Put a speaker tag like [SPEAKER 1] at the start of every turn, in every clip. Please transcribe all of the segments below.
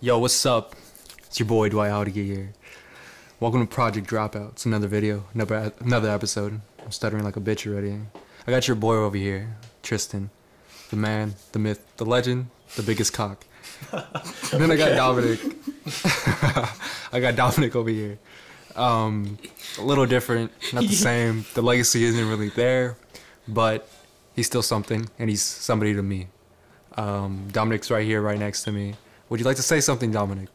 [SPEAKER 1] Yo, what's up? It's your boy Dwight Howdy here. Welcome to Project Dropout. It's another video, another another episode. I'm stuttering like a bitch already. I got your boy over here, Tristan, the man, the myth, the legend, the biggest cock. And then I got Dominic. I got Dominic over here. Um, a little different, not the same. The legacy isn't really there, but he's still something, and he's somebody to me. Um, Dominic's right here, right next to me. Would you like to say something, Dominic?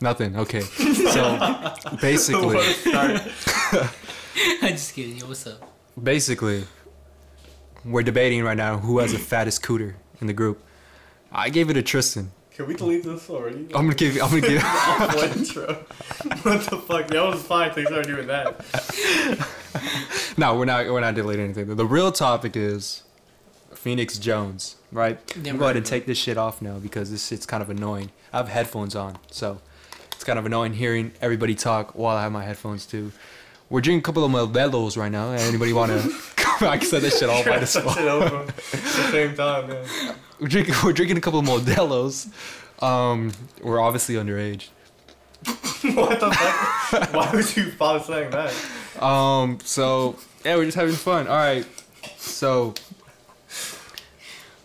[SPEAKER 1] Nothing. Okay. So basically,
[SPEAKER 2] I'm just kidding. Yo, what's up?
[SPEAKER 1] basically, we're debating right now who has the fattest cooter in the group. I gave it to Tristan.
[SPEAKER 3] Can we delete this already?
[SPEAKER 1] I'm gonna give. I'm gonna give.
[SPEAKER 3] Awful intro. what the fuck? That was fine. They started doing that.
[SPEAKER 1] No, we're not. We're not deleting anything. The real topic is Phoenix Jones, right?
[SPEAKER 2] Yeah,
[SPEAKER 1] I'm going to
[SPEAKER 2] right.
[SPEAKER 1] take this shit off now because this shit's kind of annoying. I have headphones on, so it's kind of annoying hearing everybody talk while I have my headphones too. We're drinking a couple of Modelo's right now. Anybody want to? I said this shit all by the
[SPEAKER 3] That's
[SPEAKER 1] spot.
[SPEAKER 3] it over at the same time, man.
[SPEAKER 1] We're drinking. We're drinking a couple of Modelo's. Um, we're obviously underage.
[SPEAKER 3] what the fuck? Why would you bother saying that?
[SPEAKER 1] Um, so yeah, we're just having fun. All right. So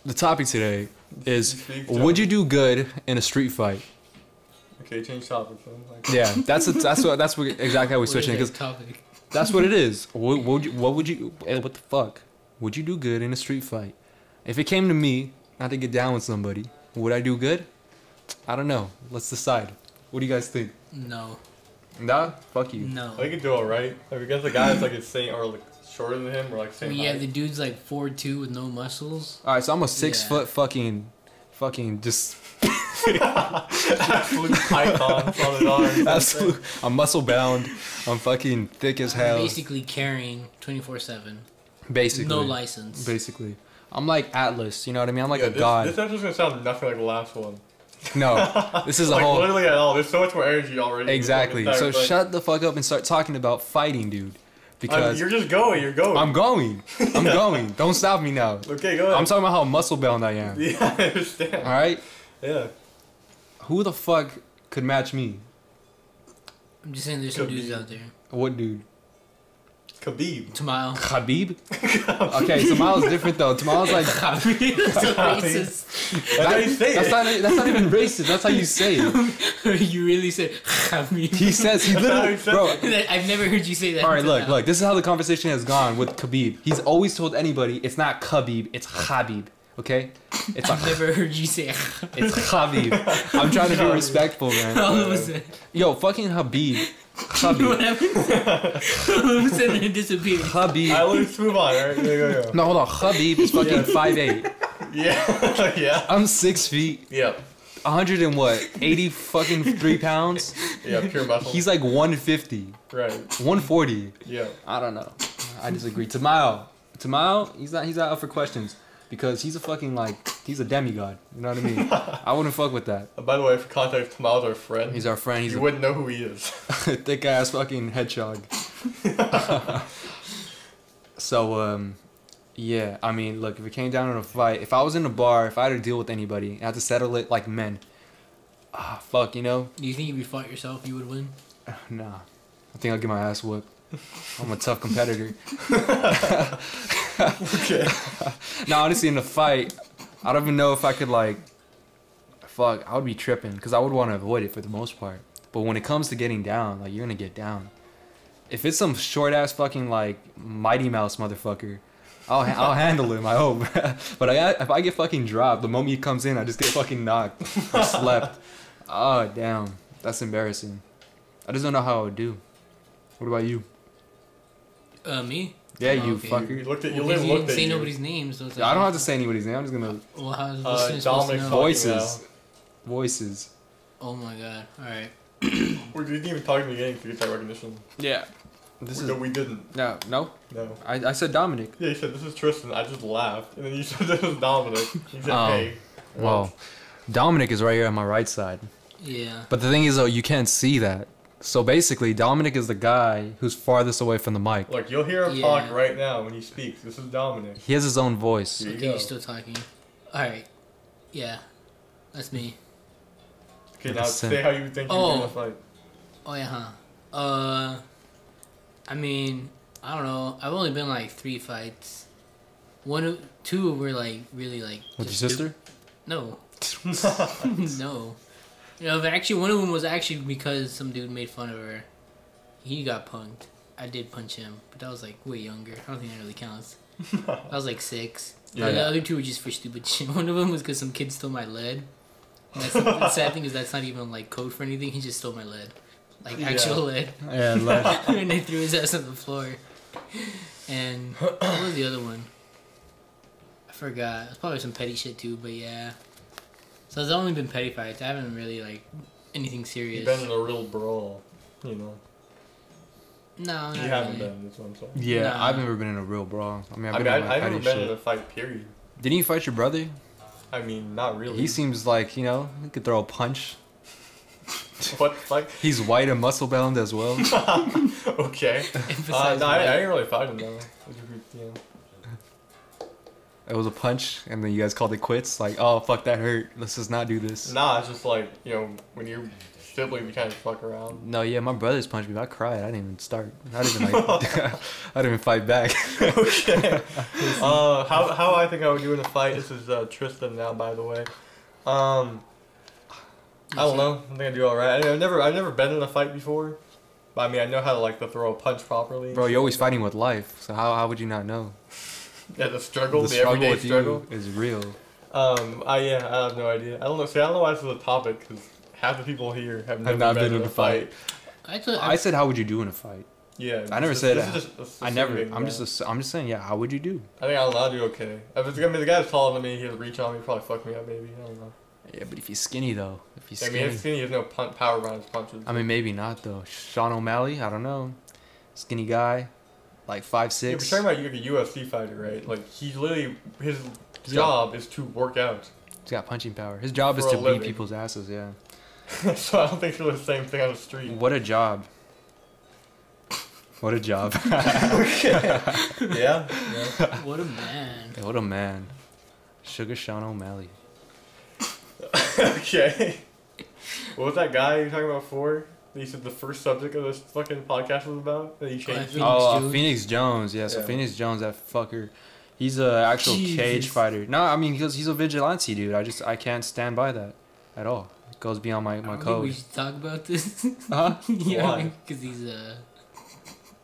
[SPEAKER 1] the topic today is
[SPEAKER 3] Big joke.
[SPEAKER 1] would you do good in a street fight?
[SPEAKER 3] Okay, change topic. Then. Like,
[SPEAKER 1] Yeah, that's a, that's what that's what, exactly how we're switching
[SPEAKER 2] What is
[SPEAKER 1] because
[SPEAKER 2] that topic?
[SPEAKER 1] that's what it is. What, would you, what would you eh, what the fuck would you do good in a street fight? If it came to me not to get down with somebody, would I do good? I don't know. Let's decide. What do you guys think?
[SPEAKER 2] No,
[SPEAKER 1] Nah, fuck you.
[SPEAKER 2] no.
[SPEAKER 3] I could do all right. Like, we got the guy that's like the same or like shorter than him or like
[SPEAKER 2] I
[SPEAKER 3] same
[SPEAKER 2] mean, yeah,
[SPEAKER 3] height.
[SPEAKER 2] the dude's like four two with no muscles.
[SPEAKER 1] All right, so I'm a six
[SPEAKER 2] Yeah.
[SPEAKER 1] foot fucking fucking just
[SPEAKER 3] absolute pythons on his arms.
[SPEAKER 1] Absolute. I'm muscle bound. I'm fucking thick as hell. Basically,
[SPEAKER 2] Basically carrying twenty four seven. No license.
[SPEAKER 1] Basically, I'm like Atlas. You know what I mean? I'm like
[SPEAKER 3] Yeah,
[SPEAKER 1] a
[SPEAKER 3] this,
[SPEAKER 1] god.
[SPEAKER 3] This episode's gonna sound nothing like the last one.
[SPEAKER 1] no, this is a
[SPEAKER 3] like
[SPEAKER 1] whole
[SPEAKER 3] literally at all. There's so much more energy already.
[SPEAKER 1] exactly. So
[SPEAKER 3] Like,
[SPEAKER 1] shut the fuck up and start talking about fighting, dude.
[SPEAKER 3] I'm,
[SPEAKER 1] Because
[SPEAKER 3] you're just going. You're going.
[SPEAKER 1] I'm going. I'm going. Don't stop me now.
[SPEAKER 3] okay, go ahead.
[SPEAKER 1] I'm talking about how muscle bound I am.
[SPEAKER 3] Yeah, I understand.
[SPEAKER 1] All right.
[SPEAKER 3] Yeah.
[SPEAKER 1] Who the fuck could match me?
[SPEAKER 2] I'm just saying, there's some
[SPEAKER 3] Could
[SPEAKER 2] dudes
[SPEAKER 3] be.
[SPEAKER 2] out there.
[SPEAKER 1] What dude?
[SPEAKER 3] Khabib.
[SPEAKER 2] Tomorrow.
[SPEAKER 1] Khabib? Okay, Tomorrow's different though. Tomorrow's like
[SPEAKER 2] That's so racist.
[SPEAKER 3] That's how you say
[SPEAKER 1] that's
[SPEAKER 3] it.
[SPEAKER 1] not e- that's not even racist. That's how you say it.
[SPEAKER 2] you really said Khabib.
[SPEAKER 1] He says he literally,
[SPEAKER 3] That's how
[SPEAKER 1] bro.
[SPEAKER 3] he
[SPEAKER 2] That- I've never heard you say that.
[SPEAKER 1] All right,
[SPEAKER 2] until
[SPEAKER 1] look,
[SPEAKER 2] now.
[SPEAKER 1] look. This is how the conversation has gone with Khabib. He's always told anybody it's not Khabib, it's Habib. Okay, it's
[SPEAKER 2] I've
[SPEAKER 1] a,
[SPEAKER 2] never heard you say.
[SPEAKER 1] it's Habib. I'm trying to be respectful, man.
[SPEAKER 2] All of a sudden,
[SPEAKER 1] Yo, fucking Habib,
[SPEAKER 2] what
[SPEAKER 1] Habib,
[SPEAKER 2] happened? All of a sudden, it disappeared.
[SPEAKER 1] Habib.
[SPEAKER 3] I let's move on. All right, go, go, go.
[SPEAKER 1] No, hold on. Habib is fucking five eight.
[SPEAKER 3] Yeah, yeah,
[SPEAKER 1] I'm six feet,
[SPEAKER 3] yeah,
[SPEAKER 1] a hundred and what, eighty fucking three pounds.
[SPEAKER 3] yeah. Pure muscle.
[SPEAKER 1] He's like 150,
[SPEAKER 3] right.
[SPEAKER 1] 140.
[SPEAKER 3] Yeah.
[SPEAKER 1] I don't know. I disagree. Tamayo, Tamayo, he's not he's not up for questions because he's a fucking like he's a demigod. You know what I mean? I wouldn't fuck with that.
[SPEAKER 3] Uh, by the way, for context, Tamal's our friend.
[SPEAKER 1] He's our friend. He's
[SPEAKER 3] you
[SPEAKER 1] a
[SPEAKER 3] wouldn't know who he is.
[SPEAKER 1] thick ass fucking hedgehog. so um, yeah. I mean, look, if it came down to a fight, if I was in a bar, if I had to deal with anybody, I had to settle it like men. Ah, fuck, you know?
[SPEAKER 2] Do you think if you fought yourself, you would win?
[SPEAKER 1] Nah, I think I'll get my ass whooped. I'm a tough competitor.
[SPEAKER 3] okay.
[SPEAKER 1] No, honestly, in the fight, I don't even know if I could like. Fuck, I would be tripping because I would want to avoid it for the most part. But when it comes to getting down, like you're gonna get down. If it's some short ass fucking like Mighty Mouse motherfucker, I'll ha- I'll handle him. I hope. but I if I get fucking dropped, the moment he comes in, I just get fucking knocked, or slept. Oh damn, that's embarrassing. I just don't know how I would do. What about you?
[SPEAKER 2] Uh, me?
[SPEAKER 1] Yeah,
[SPEAKER 2] Oh,
[SPEAKER 1] you
[SPEAKER 2] okay.
[SPEAKER 3] You
[SPEAKER 1] fucker.
[SPEAKER 3] looked at. You
[SPEAKER 2] Well, 'cause
[SPEAKER 3] literally
[SPEAKER 2] you
[SPEAKER 3] looked
[SPEAKER 2] didn't
[SPEAKER 3] at
[SPEAKER 2] say
[SPEAKER 3] you.
[SPEAKER 2] nobody's name, so it's like,
[SPEAKER 1] I don't have to say anybody's name. I'm just gonna
[SPEAKER 2] Well, how's the
[SPEAKER 3] Uh,
[SPEAKER 2] listener supposed to
[SPEAKER 3] Dominic
[SPEAKER 2] know?
[SPEAKER 3] Fuck
[SPEAKER 1] voices, voices.
[SPEAKER 2] Oh my god! All right.
[SPEAKER 3] We didn't even talk in the beginning to get that recognition.
[SPEAKER 1] Yeah. This
[SPEAKER 3] we,
[SPEAKER 1] is
[SPEAKER 3] no, we didn't.
[SPEAKER 1] no, no.
[SPEAKER 3] No.
[SPEAKER 1] I, I said Dominic.
[SPEAKER 3] Yeah, you said this is Tristan. I just laughed, and then you said this is Dominic. You said
[SPEAKER 1] Oh.
[SPEAKER 3] hey.
[SPEAKER 1] Well, Dominic is right here on my right side.
[SPEAKER 2] Yeah.
[SPEAKER 1] But the thing is, though, you can't see that. So basically, Dominic is the guy who's farthest away from the mic.
[SPEAKER 3] Look, you'll hear him
[SPEAKER 2] Yeah.
[SPEAKER 3] talk right now when he speaks. This is Dominic.
[SPEAKER 1] He has his own voice.
[SPEAKER 3] There you
[SPEAKER 2] okay, you
[SPEAKER 3] go.
[SPEAKER 2] are still talking. All right. Yeah, that's me.
[SPEAKER 3] Okay,
[SPEAKER 1] Like
[SPEAKER 3] now
[SPEAKER 1] a
[SPEAKER 3] say
[SPEAKER 1] simp.
[SPEAKER 3] how you think you're
[SPEAKER 2] Oh.
[SPEAKER 3] gonna fight.
[SPEAKER 2] Oh yeah, huh? Uh, I mean, I don't know. I've only been like three fights. One, of two were like really like.
[SPEAKER 1] With your
[SPEAKER 2] just
[SPEAKER 1] sister?
[SPEAKER 2] No. no. You know, but actually, one of them was actually because some dude made fun of her. He got punked. I did punch him, but that was like way younger. I don't think that really counts. I was like six.
[SPEAKER 3] Yeah.
[SPEAKER 2] Uh, the other two were just for stupid shit. One of them was because some kid stole my lead. And That's, the sad thing is that's not even like code for anything. He just stole my lead, like
[SPEAKER 3] Yeah.
[SPEAKER 2] actual lead,
[SPEAKER 1] Yeah, left.
[SPEAKER 2] and they threw his ass on the floor. And what was the other one? I forgot. It's probably some petty shit too, but yeah. So it's only been petty fights. I haven't really like anything
[SPEAKER 3] You've
[SPEAKER 2] serious.
[SPEAKER 3] been in a real brawl, you know.
[SPEAKER 2] no, not
[SPEAKER 3] You haven't
[SPEAKER 2] really.
[SPEAKER 3] been. That's what I'm saying.
[SPEAKER 1] yeah,
[SPEAKER 2] Nah.
[SPEAKER 1] I've never been in a real brawl. I mean, I've
[SPEAKER 3] I
[SPEAKER 1] been
[SPEAKER 3] mean,
[SPEAKER 1] in
[SPEAKER 3] I,
[SPEAKER 1] like
[SPEAKER 3] I've never
[SPEAKER 1] petty
[SPEAKER 3] been in
[SPEAKER 1] shit.
[SPEAKER 3] a fight. Period.
[SPEAKER 1] Didn't you fight your brother?
[SPEAKER 3] I mean, not really.
[SPEAKER 1] He seems like you know he could throw a punch.
[SPEAKER 3] what the fuck?
[SPEAKER 1] He's white and muscle bound as well.
[SPEAKER 3] Okay. Uh,
[SPEAKER 2] Emphasize
[SPEAKER 3] no, I,
[SPEAKER 2] that.
[SPEAKER 3] I ain't really fighting though. Yeah.
[SPEAKER 1] it was a punch, and then you guys called it quits. Like, oh fuck, that hurt. Let's just not do this.
[SPEAKER 3] Nah, it's just like you know when you're sibling, you kind of fuck around.
[SPEAKER 1] No, yeah, my brothers punched me. but I cried. I didn't even start. I didn't even like. I didn't even fight back.
[SPEAKER 3] okay. Uh, how how I think I would do in a fight. This is uh, Tristan now, by the way. Um, I don't know. I think I do all right. I mean, I've never I've never been in a fight before, but I mean I know how to like to throw a punch properly.
[SPEAKER 1] Bro, you're always fighting with life. So how, how would you not know?
[SPEAKER 3] Yeah, the struggle, the, everyday struggle.
[SPEAKER 1] you is real.
[SPEAKER 3] Um, I yeah, I have no idea. I don't know. See, I don't know why this is a topic because half the people here have never
[SPEAKER 1] not
[SPEAKER 3] been, in a fight.
[SPEAKER 2] I thought
[SPEAKER 1] I said, how would you do in a fight?
[SPEAKER 3] Yeah,
[SPEAKER 1] I never
[SPEAKER 3] this is-
[SPEAKER 1] said
[SPEAKER 3] this
[SPEAKER 1] that.
[SPEAKER 3] is just- this is
[SPEAKER 1] I never.
[SPEAKER 3] assuming,
[SPEAKER 1] I'm
[SPEAKER 3] yeah.
[SPEAKER 1] just. ass- I'm just saying. Yeah, how would you do?
[SPEAKER 3] I think I'll, I'll do okay. If it's gonna be the guy that's taller than me, he'll reach on me, probably fuck me up, maybe. I don't know.
[SPEAKER 1] Yeah, but if he's skinny though, if he's
[SPEAKER 3] I
[SPEAKER 1] skinny,
[SPEAKER 3] mean, if skinny, he has no pun- power around his punches.
[SPEAKER 1] I mean maybe not though. Sean O'Malley, I don't know, skinny guy, like five
[SPEAKER 3] yeah, we're
[SPEAKER 1] six. Mm-hmm.
[SPEAKER 3] talking about you, a UFC fighter, right? Like, he's literally his
[SPEAKER 1] He's got-
[SPEAKER 3] job is to work out.
[SPEAKER 1] he's got punching power. His job is
[SPEAKER 3] For a
[SPEAKER 1] to beat
[SPEAKER 3] living.
[SPEAKER 1] people's asses. Yeah.
[SPEAKER 3] so I don't think they're the same thing on the street.
[SPEAKER 1] What a job. What a job.
[SPEAKER 3] yeah. yeah.
[SPEAKER 2] what a man.
[SPEAKER 1] what a man. Sugar Sean O'Malley.
[SPEAKER 3] okay. What was that guy you were talking about before? That you said the first subject of this fucking podcast was about? That you changed it?
[SPEAKER 2] Phoenix
[SPEAKER 1] oh, uh,
[SPEAKER 2] Jones.
[SPEAKER 1] Phoenix Jones. Yeah, so
[SPEAKER 3] Yeah.
[SPEAKER 1] Phoenix Jones, that fucker, he's a actual cage
[SPEAKER 2] Jesus.
[SPEAKER 1] fighter. No, I mean because he's a vigilante dude. I just I can't stand by that at all. It goes beyond my
[SPEAKER 2] I
[SPEAKER 1] my
[SPEAKER 2] don't think we
[SPEAKER 1] code.
[SPEAKER 2] should talk about this.
[SPEAKER 1] Huh?
[SPEAKER 2] yeah,
[SPEAKER 3] Why?
[SPEAKER 2] because he's uh,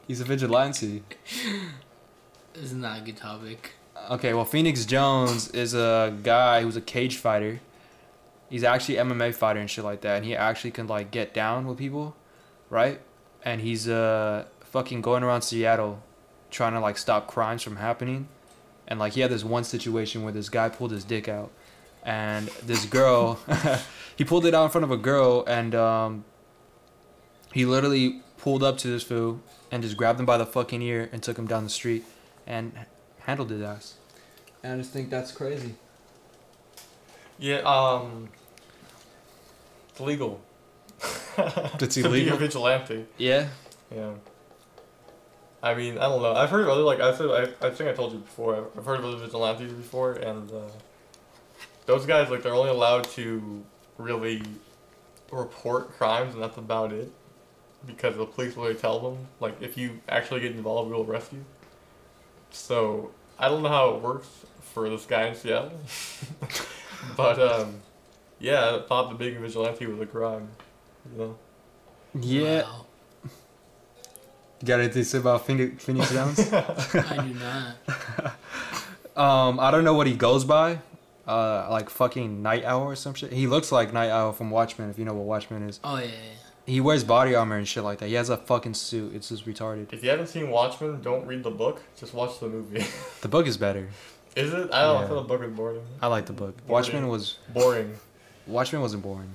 [SPEAKER 1] He's a vigilante.
[SPEAKER 2] this is not a good topic.
[SPEAKER 1] Okay, well Phoenix Jones is a guy who's a cage fighter. He's actually MMA fighter and shit like that, and he actually can like get down with people, right? And he's uh fucking going around Seattle, trying to like stop crimes from happening, and like he had this one situation where this guy pulled his dick out, and this girl, he pulled it out in front of a girl, and um, he literally pulled up to this fool and just grabbed him by the fucking ear and took him down the street, and handled his ass. And I just think that's crazy.
[SPEAKER 3] Yeah, um. It's legal.
[SPEAKER 1] That's
[SPEAKER 3] To be a
[SPEAKER 1] illegal.
[SPEAKER 3] vigilante.
[SPEAKER 1] Yeah.
[SPEAKER 3] Yeah. I mean, I don't know. I've heard of other like I said. I, I think I told you before. I've- I've heard of other vigilantes before, and uh, those guys like they're only allowed to really report crimes, and that's about it. Because the police will really tell them like if you actually get involved, we will arrest you. So I don't know how it works for this guy in Seattle, but um, yeah, I thought the big vigilante was a crime. You know.
[SPEAKER 2] Wow.
[SPEAKER 1] You got anything to say about Phoenix, Phoenix Jones?
[SPEAKER 2] I do not.
[SPEAKER 1] um, I don't know what he goes by. Uh, like fucking Night Owl or some shit. He looks like Night Owl from Watchmen, if you know what Watchmen is.
[SPEAKER 2] Oh yeah. yeah.
[SPEAKER 1] He wears body armor and shit like that. He has a fucking suit. It's just retarded.
[SPEAKER 3] If you haven't seen Watchmen, don't read the book. Just watch the movie.
[SPEAKER 1] The book is better.
[SPEAKER 3] Is it? I don't know. I
[SPEAKER 1] Yeah.
[SPEAKER 3] thought the book was boring.
[SPEAKER 1] I like the book.
[SPEAKER 3] Boring.
[SPEAKER 1] Watchmen was
[SPEAKER 3] Boring.
[SPEAKER 1] Watchmen wasn't boring.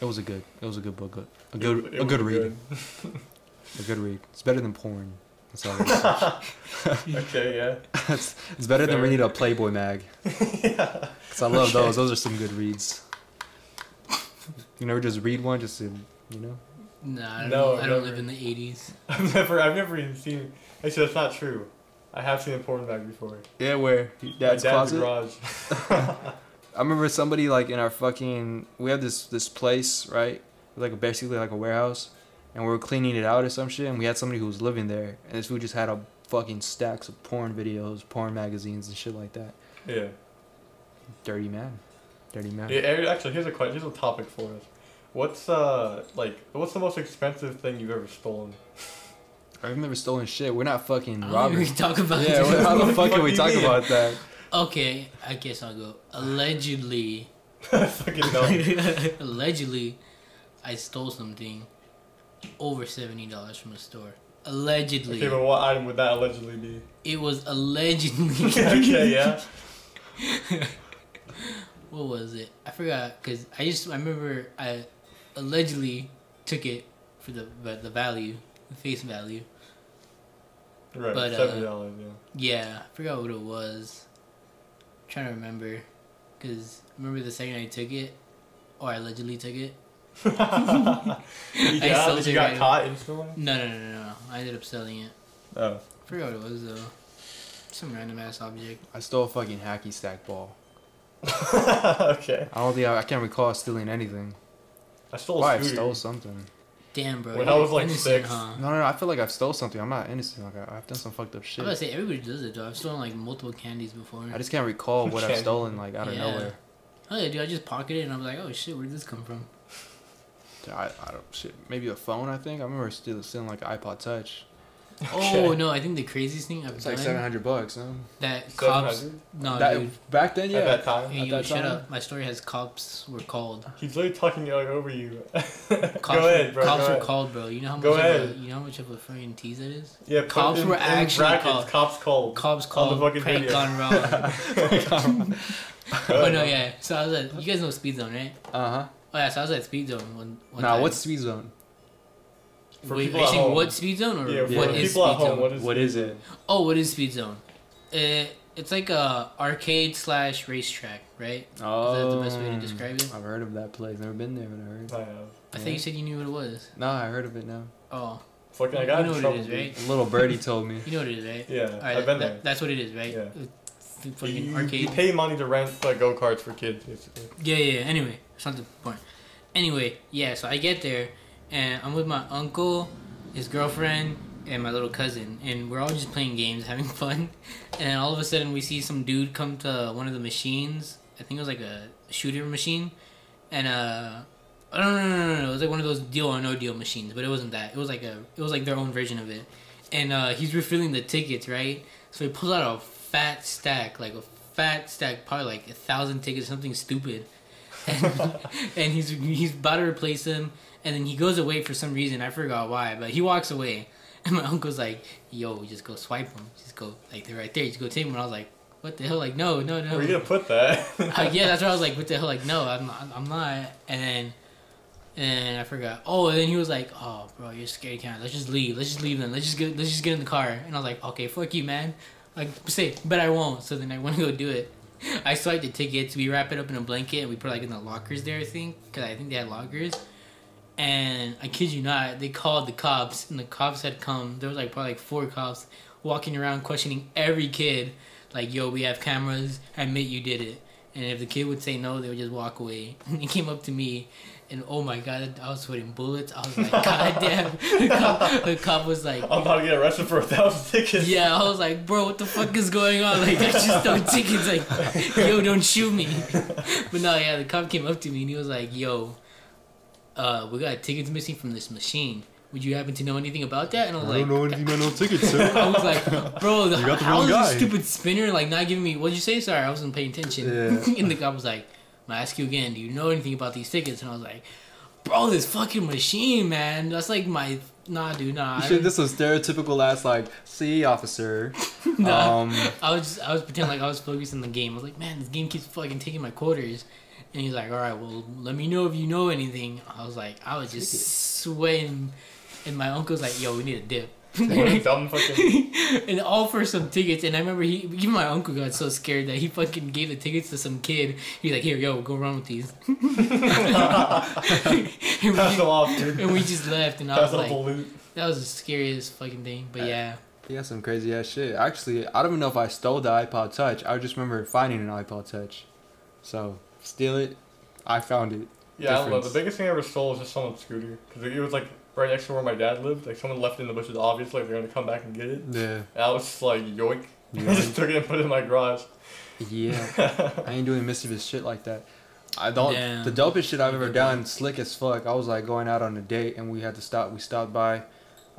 [SPEAKER 1] It was a good. It was a good book. A
[SPEAKER 3] It-
[SPEAKER 1] good.
[SPEAKER 3] it
[SPEAKER 1] a
[SPEAKER 3] was
[SPEAKER 1] good read. A good read. It's better than porn. That's all. I gotta say.
[SPEAKER 3] okay, yeah.
[SPEAKER 1] it's, it's better than
[SPEAKER 3] Fair.
[SPEAKER 1] reading a Playboy mag. Cause I love those. Those are some good reads. You never just read one, just to, you know.
[SPEAKER 2] Nah, I don't,
[SPEAKER 3] No,
[SPEAKER 2] I don't
[SPEAKER 3] never.
[SPEAKER 2] live in the '80s.
[SPEAKER 3] I've never, I've never even seen. Actually, that's not true. I have seen a porn bag before.
[SPEAKER 1] Yeah, where
[SPEAKER 3] My dad's garage.
[SPEAKER 1] I remember somebody like in our fucking we have this this place right like basically like a warehouse and we were cleaning it out or some shit and we had somebody who was living there and this dude just had a fucking stacks of porn videos, porn magazines and shit like that.
[SPEAKER 3] Yeah.
[SPEAKER 1] Dirty man. Dirty man.
[SPEAKER 3] Yeah, Aaron, actually, here's a question. Here's a topic for us. What's uh like? What's the most expensive thing you've ever stolen?
[SPEAKER 1] I've never stolen shit. We're not fucking
[SPEAKER 2] I don't think we
[SPEAKER 1] robbing.
[SPEAKER 2] can talk about
[SPEAKER 1] Yeah,
[SPEAKER 2] this.
[SPEAKER 1] well, how the
[SPEAKER 3] What
[SPEAKER 1] fuck
[SPEAKER 3] the
[SPEAKER 1] can we
[SPEAKER 3] fuck
[SPEAKER 1] talk
[SPEAKER 3] do you
[SPEAKER 1] about that?
[SPEAKER 2] Okay, I guess I'll go. Allegedly,
[SPEAKER 3] I fucking know.
[SPEAKER 2] allegedly, I stole something over seventy dollars from a store. Allegedly,
[SPEAKER 3] okay, but what item would that allegedly be?
[SPEAKER 2] it was allegedly.
[SPEAKER 3] okay, yeah.
[SPEAKER 2] what was it? I forgot because I just I remember I allegedly took it for the but the value, the face value.
[SPEAKER 3] Right,
[SPEAKER 2] But, uh,
[SPEAKER 3] seventy dollars. Yeah.
[SPEAKER 2] Yeah, I forgot what it was. trying to remember, because remember the second I took it, or I allegedly took it.
[SPEAKER 3] you got,
[SPEAKER 2] sold
[SPEAKER 3] you
[SPEAKER 2] it
[SPEAKER 3] got
[SPEAKER 2] right
[SPEAKER 3] caught instantly?
[SPEAKER 2] No, no, no, no, no. I ended up selling it.
[SPEAKER 3] Oh.
[SPEAKER 2] I forgot what it was though. Some random ass object.
[SPEAKER 1] I stole a fucking hacky stack ball.
[SPEAKER 3] okay.
[SPEAKER 1] I don't think I, I can't recall stealing anything.
[SPEAKER 3] I stole
[SPEAKER 1] Why
[SPEAKER 3] a
[SPEAKER 1] I
[SPEAKER 3] scooter.
[SPEAKER 1] stole something.
[SPEAKER 2] Damn, bro.
[SPEAKER 3] When
[SPEAKER 2] you're
[SPEAKER 3] I was, like,
[SPEAKER 2] innocent,
[SPEAKER 3] six.
[SPEAKER 2] huh?
[SPEAKER 1] No, no, no. I feel like I've stole something. I'm not innocent. Like I, I've done some fucked up
[SPEAKER 2] I was gonna
[SPEAKER 1] shit.
[SPEAKER 2] say everybody does it though. I've stolen like multiple candies before.
[SPEAKER 1] I just can't recall what I've
[SPEAKER 3] Okay.
[SPEAKER 1] stolen like out of
[SPEAKER 2] Yeah.
[SPEAKER 1] nowhere.
[SPEAKER 2] Oh yeah, dude, I just pocketed it and I was like, oh shit, where did this come from?
[SPEAKER 1] I, I don't shit. Maybe a phone. I think I remember stealing, stealing like an iPod Touch.
[SPEAKER 2] Oh no, I think the craziest thing I've
[SPEAKER 1] It's
[SPEAKER 2] done
[SPEAKER 1] like seven hundred bucks. No,
[SPEAKER 2] that cops
[SPEAKER 3] 700?
[SPEAKER 2] no
[SPEAKER 1] That-
[SPEAKER 2] dude.
[SPEAKER 1] back then, yeah.
[SPEAKER 3] At that time?
[SPEAKER 2] Hey,
[SPEAKER 1] at
[SPEAKER 2] you
[SPEAKER 1] that
[SPEAKER 2] shut
[SPEAKER 1] time?
[SPEAKER 2] up. My story has cops were called.
[SPEAKER 3] He's literally talking like, over you.
[SPEAKER 2] Cops,
[SPEAKER 3] go
[SPEAKER 2] were-
[SPEAKER 3] ahead, bro.
[SPEAKER 2] Cops
[SPEAKER 3] go
[SPEAKER 2] were
[SPEAKER 3] ahead.
[SPEAKER 2] called, bro. You know how much
[SPEAKER 3] Go
[SPEAKER 2] of
[SPEAKER 3] ahead.
[SPEAKER 2] a, you know how much of a fucking tease that is?
[SPEAKER 3] yeah, put
[SPEAKER 2] cops
[SPEAKER 3] in-
[SPEAKER 2] were
[SPEAKER 3] in
[SPEAKER 2] actually
[SPEAKER 3] brackets,
[SPEAKER 2] called.
[SPEAKER 3] Cops called.
[SPEAKER 2] Cops
[SPEAKER 3] On the
[SPEAKER 2] called
[SPEAKER 3] fucking
[SPEAKER 2] prank
[SPEAKER 3] video.
[SPEAKER 2] gone wrong.
[SPEAKER 3] Go
[SPEAKER 2] oh
[SPEAKER 3] ahead.
[SPEAKER 2] no, yeah. So I was at you guys know speed zone, right?
[SPEAKER 1] Uh huh.
[SPEAKER 2] Oh yeah, so I was at speed zone one, one
[SPEAKER 1] Now,
[SPEAKER 2] time.
[SPEAKER 1] what's speed zone?
[SPEAKER 3] For
[SPEAKER 2] Wait,
[SPEAKER 3] people
[SPEAKER 2] are you
[SPEAKER 3] at
[SPEAKER 2] saying
[SPEAKER 3] home.
[SPEAKER 2] what speed zone or
[SPEAKER 3] Yeah, for
[SPEAKER 2] what
[SPEAKER 3] the
[SPEAKER 2] is
[SPEAKER 3] people at
[SPEAKER 2] speed
[SPEAKER 3] home,
[SPEAKER 2] zone?
[SPEAKER 3] what is
[SPEAKER 1] What is it?
[SPEAKER 2] Oh, what is Speed Zone? It, it's like a arcade slash racetrack, right?
[SPEAKER 1] Oh,
[SPEAKER 2] that the best way to describe it?
[SPEAKER 1] I've heard of that place. Never been there, but I heard.
[SPEAKER 3] I have.
[SPEAKER 2] I thought you said you knew what it was.
[SPEAKER 1] No, I heard of it now.
[SPEAKER 2] Oh,
[SPEAKER 3] Fucking, I
[SPEAKER 2] You
[SPEAKER 3] got
[SPEAKER 2] know
[SPEAKER 3] in
[SPEAKER 2] what it
[SPEAKER 3] trouble.
[SPEAKER 2] is,
[SPEAKER 3] dude.
[SPEAKER 2] right?
[SPEAKER 1] A little birdie told me.
[SPEAKER 2] you know what it is, right?
[SPEAKER 3] Yeah,
[SPEAKER 2] All right,
[SPEAKER 3] I've been
[SPEAKER 2] that-
[SPEAKER 3] there.
[SPEAKER 2] that's what it is, right?
[SPEAKER 3] Yeah.
[SPEAKER 2] It's the fucking
[SPEAKER 3] you, you-
[SPEAKER 2] arcade.
[SPEAKER 3] you pay money to rent like go karts for kids, basically.
[SPEAKER 2] Yeah, yeah. yeah. Anyway, it's not the point. Anyway, yeah. So I get there, and I'm with my uncle, his girlfriend, and my little cousin, and we're all just playing games, having fun. And all of a sudden, we see some dude come to one of the machines. I think it was like a shooter machine, and uh. Oh, no, no, no, no, no! It was like one of those deal or no deal machines, but it wasn't that. It was like a, it was like their own version of it. And uh, he's refilling the tickets, right? So he pulls out a fat stack, like a fat stack, probably like a thousand tickets, something stupid and, and he's he's about to replace him, and then he goes away for some reason. I forgot why, but he walks away, and my uncle's like, "Yo, just go swipe them. Just go like they're right there. Just go take them." And I was like, "What the hell? Like no, no, no."
[SPEAKER 3] Where are you gonna put that?
[SPEAKER 2] Uh, yeah, that's what I was like, "What the hell? Like no, I'm not, I'm not." And then. And I forgot. Oh, and then he was like, "Oh, bro, you're scared, kind. Let's just leave. Let's just leave them. Let's just get. Let's just get in the car." And I was like, "Okay, fuck you, man. Like, say, but I won't." So then I want to go do it. I swiped the tickets. We wrap it up in a blanket and we put it, like in the lockers there. I think because I think they had lockers. And I kid you not, they called the cops and the cops had come. There was like probably like four cops walking around questioning every kid. Like, yo, we have cameras. Admit you did it. And if the kid would say no, they would just walk away. And he came up to me, and oh my god, I was sweating bullets. I was like, god damn. The cop, the cop was like,
[SPEAKER 3] I'm about to get arrested for a thousand tickets.
[SPEAKER 2] yeah, I was like, bro, what the fuck is going on? Like, I just don't think it's like, yo, don't shoot me. But no, yeah, the cop came up to me and he was like, yo, uh, we got tickets missing from this machine. Would you happen to know anything about that? And I was like,
[SPEAKER 1] anything about no tickets, sir.
[SPEAKER 2] I was like, bro, the,
[SPEAKER 1] You got the
[SPEAKER 2] how
[SPEAKER 1] wrong
[SPEAKER 2] is this
[SPEAKER 1] guy."
[SPEAKER 2] stupid spinner like not giving me? What'd you say? Sorry, I wasn't paying attention.
[SPEAKER 1] Yeah.
[SPEAKER 2] and the cop was like, "I'm gonna ask you again. Do you know anything about these tickets?" And I was like, bro, this fucking machine, man. That's like my nah, dude, nah. I
[SPEAKER 1] Shit,
[SPEAKER 2] don't-
[SPEAKER 1] this was stereotypical ass like, see officer.
[SPEAKER 2] Nah.
[SPEAKER 1] Um
[SPEAKER 2] I was just, I was pretending like I was focused on the game. I was like, man, this game keeps fucking taking my quarters. And he's like, all right, well, let me know if you know anything. I was like, I was
[SPEAKER 1] Take it.
[SPEAKER 2] just sweating, and my uncle's like, yo, we need a dip.
[SPEAKER 3] What a dumb fucking.
[SPEAKER 2] and all for some tickets. And I remember he, even my uncle got so scared that he fucking gave the tickets to some kid. He's like, here, yo, go run with these. and, we
[SPEAKER 3] Pass
[SPEAKER 2] just,
[SPEAKER 3] them off, dude.
[SPEAKER 2] and we just left, and I
[SPEAKER 3] Pass
[SPEAKER 2] was
[SPEAKER 3] them the
[SPEAKER 2] like,
[SPEAKER 3] loot.
[SPEAKER 2] that was the scariest fucking thing. But yeah,
[SPEAKER 1] He has some crazy ass shit. Actually, I don't even know if I stole the iPod Touch. I just remember finding an iPod Touch. So steal it. I found it.
[SPEAKER 3] Yeah, I don't know.
[SPEAKER 1] Difference.
[SPEAKER 3] The biggest thing I ever stole was just someone's scooter because it was like right next to where my dad lived. Like someone left it in the bushes, obviously. Like they're gonna come back and get it.
[SPEAKER 1] Yeah.
[SPEAKER 3] And I was just like, yoink. I
[SPEAKER 1] Yeah.
[SPEAKER 3] just took it and put it in my garage.
[SPEAKER 1] yeah. I ain't doing mischievous shit like that. I don't.
[SPEAKER 2] Damn.
[SPEAKER 1] The dopest shit I've ever
[SPEAKER 2] Good
[SPEAKER 1] done, slick as fuck. I was like going out on a date and we had to stop. We stopped by.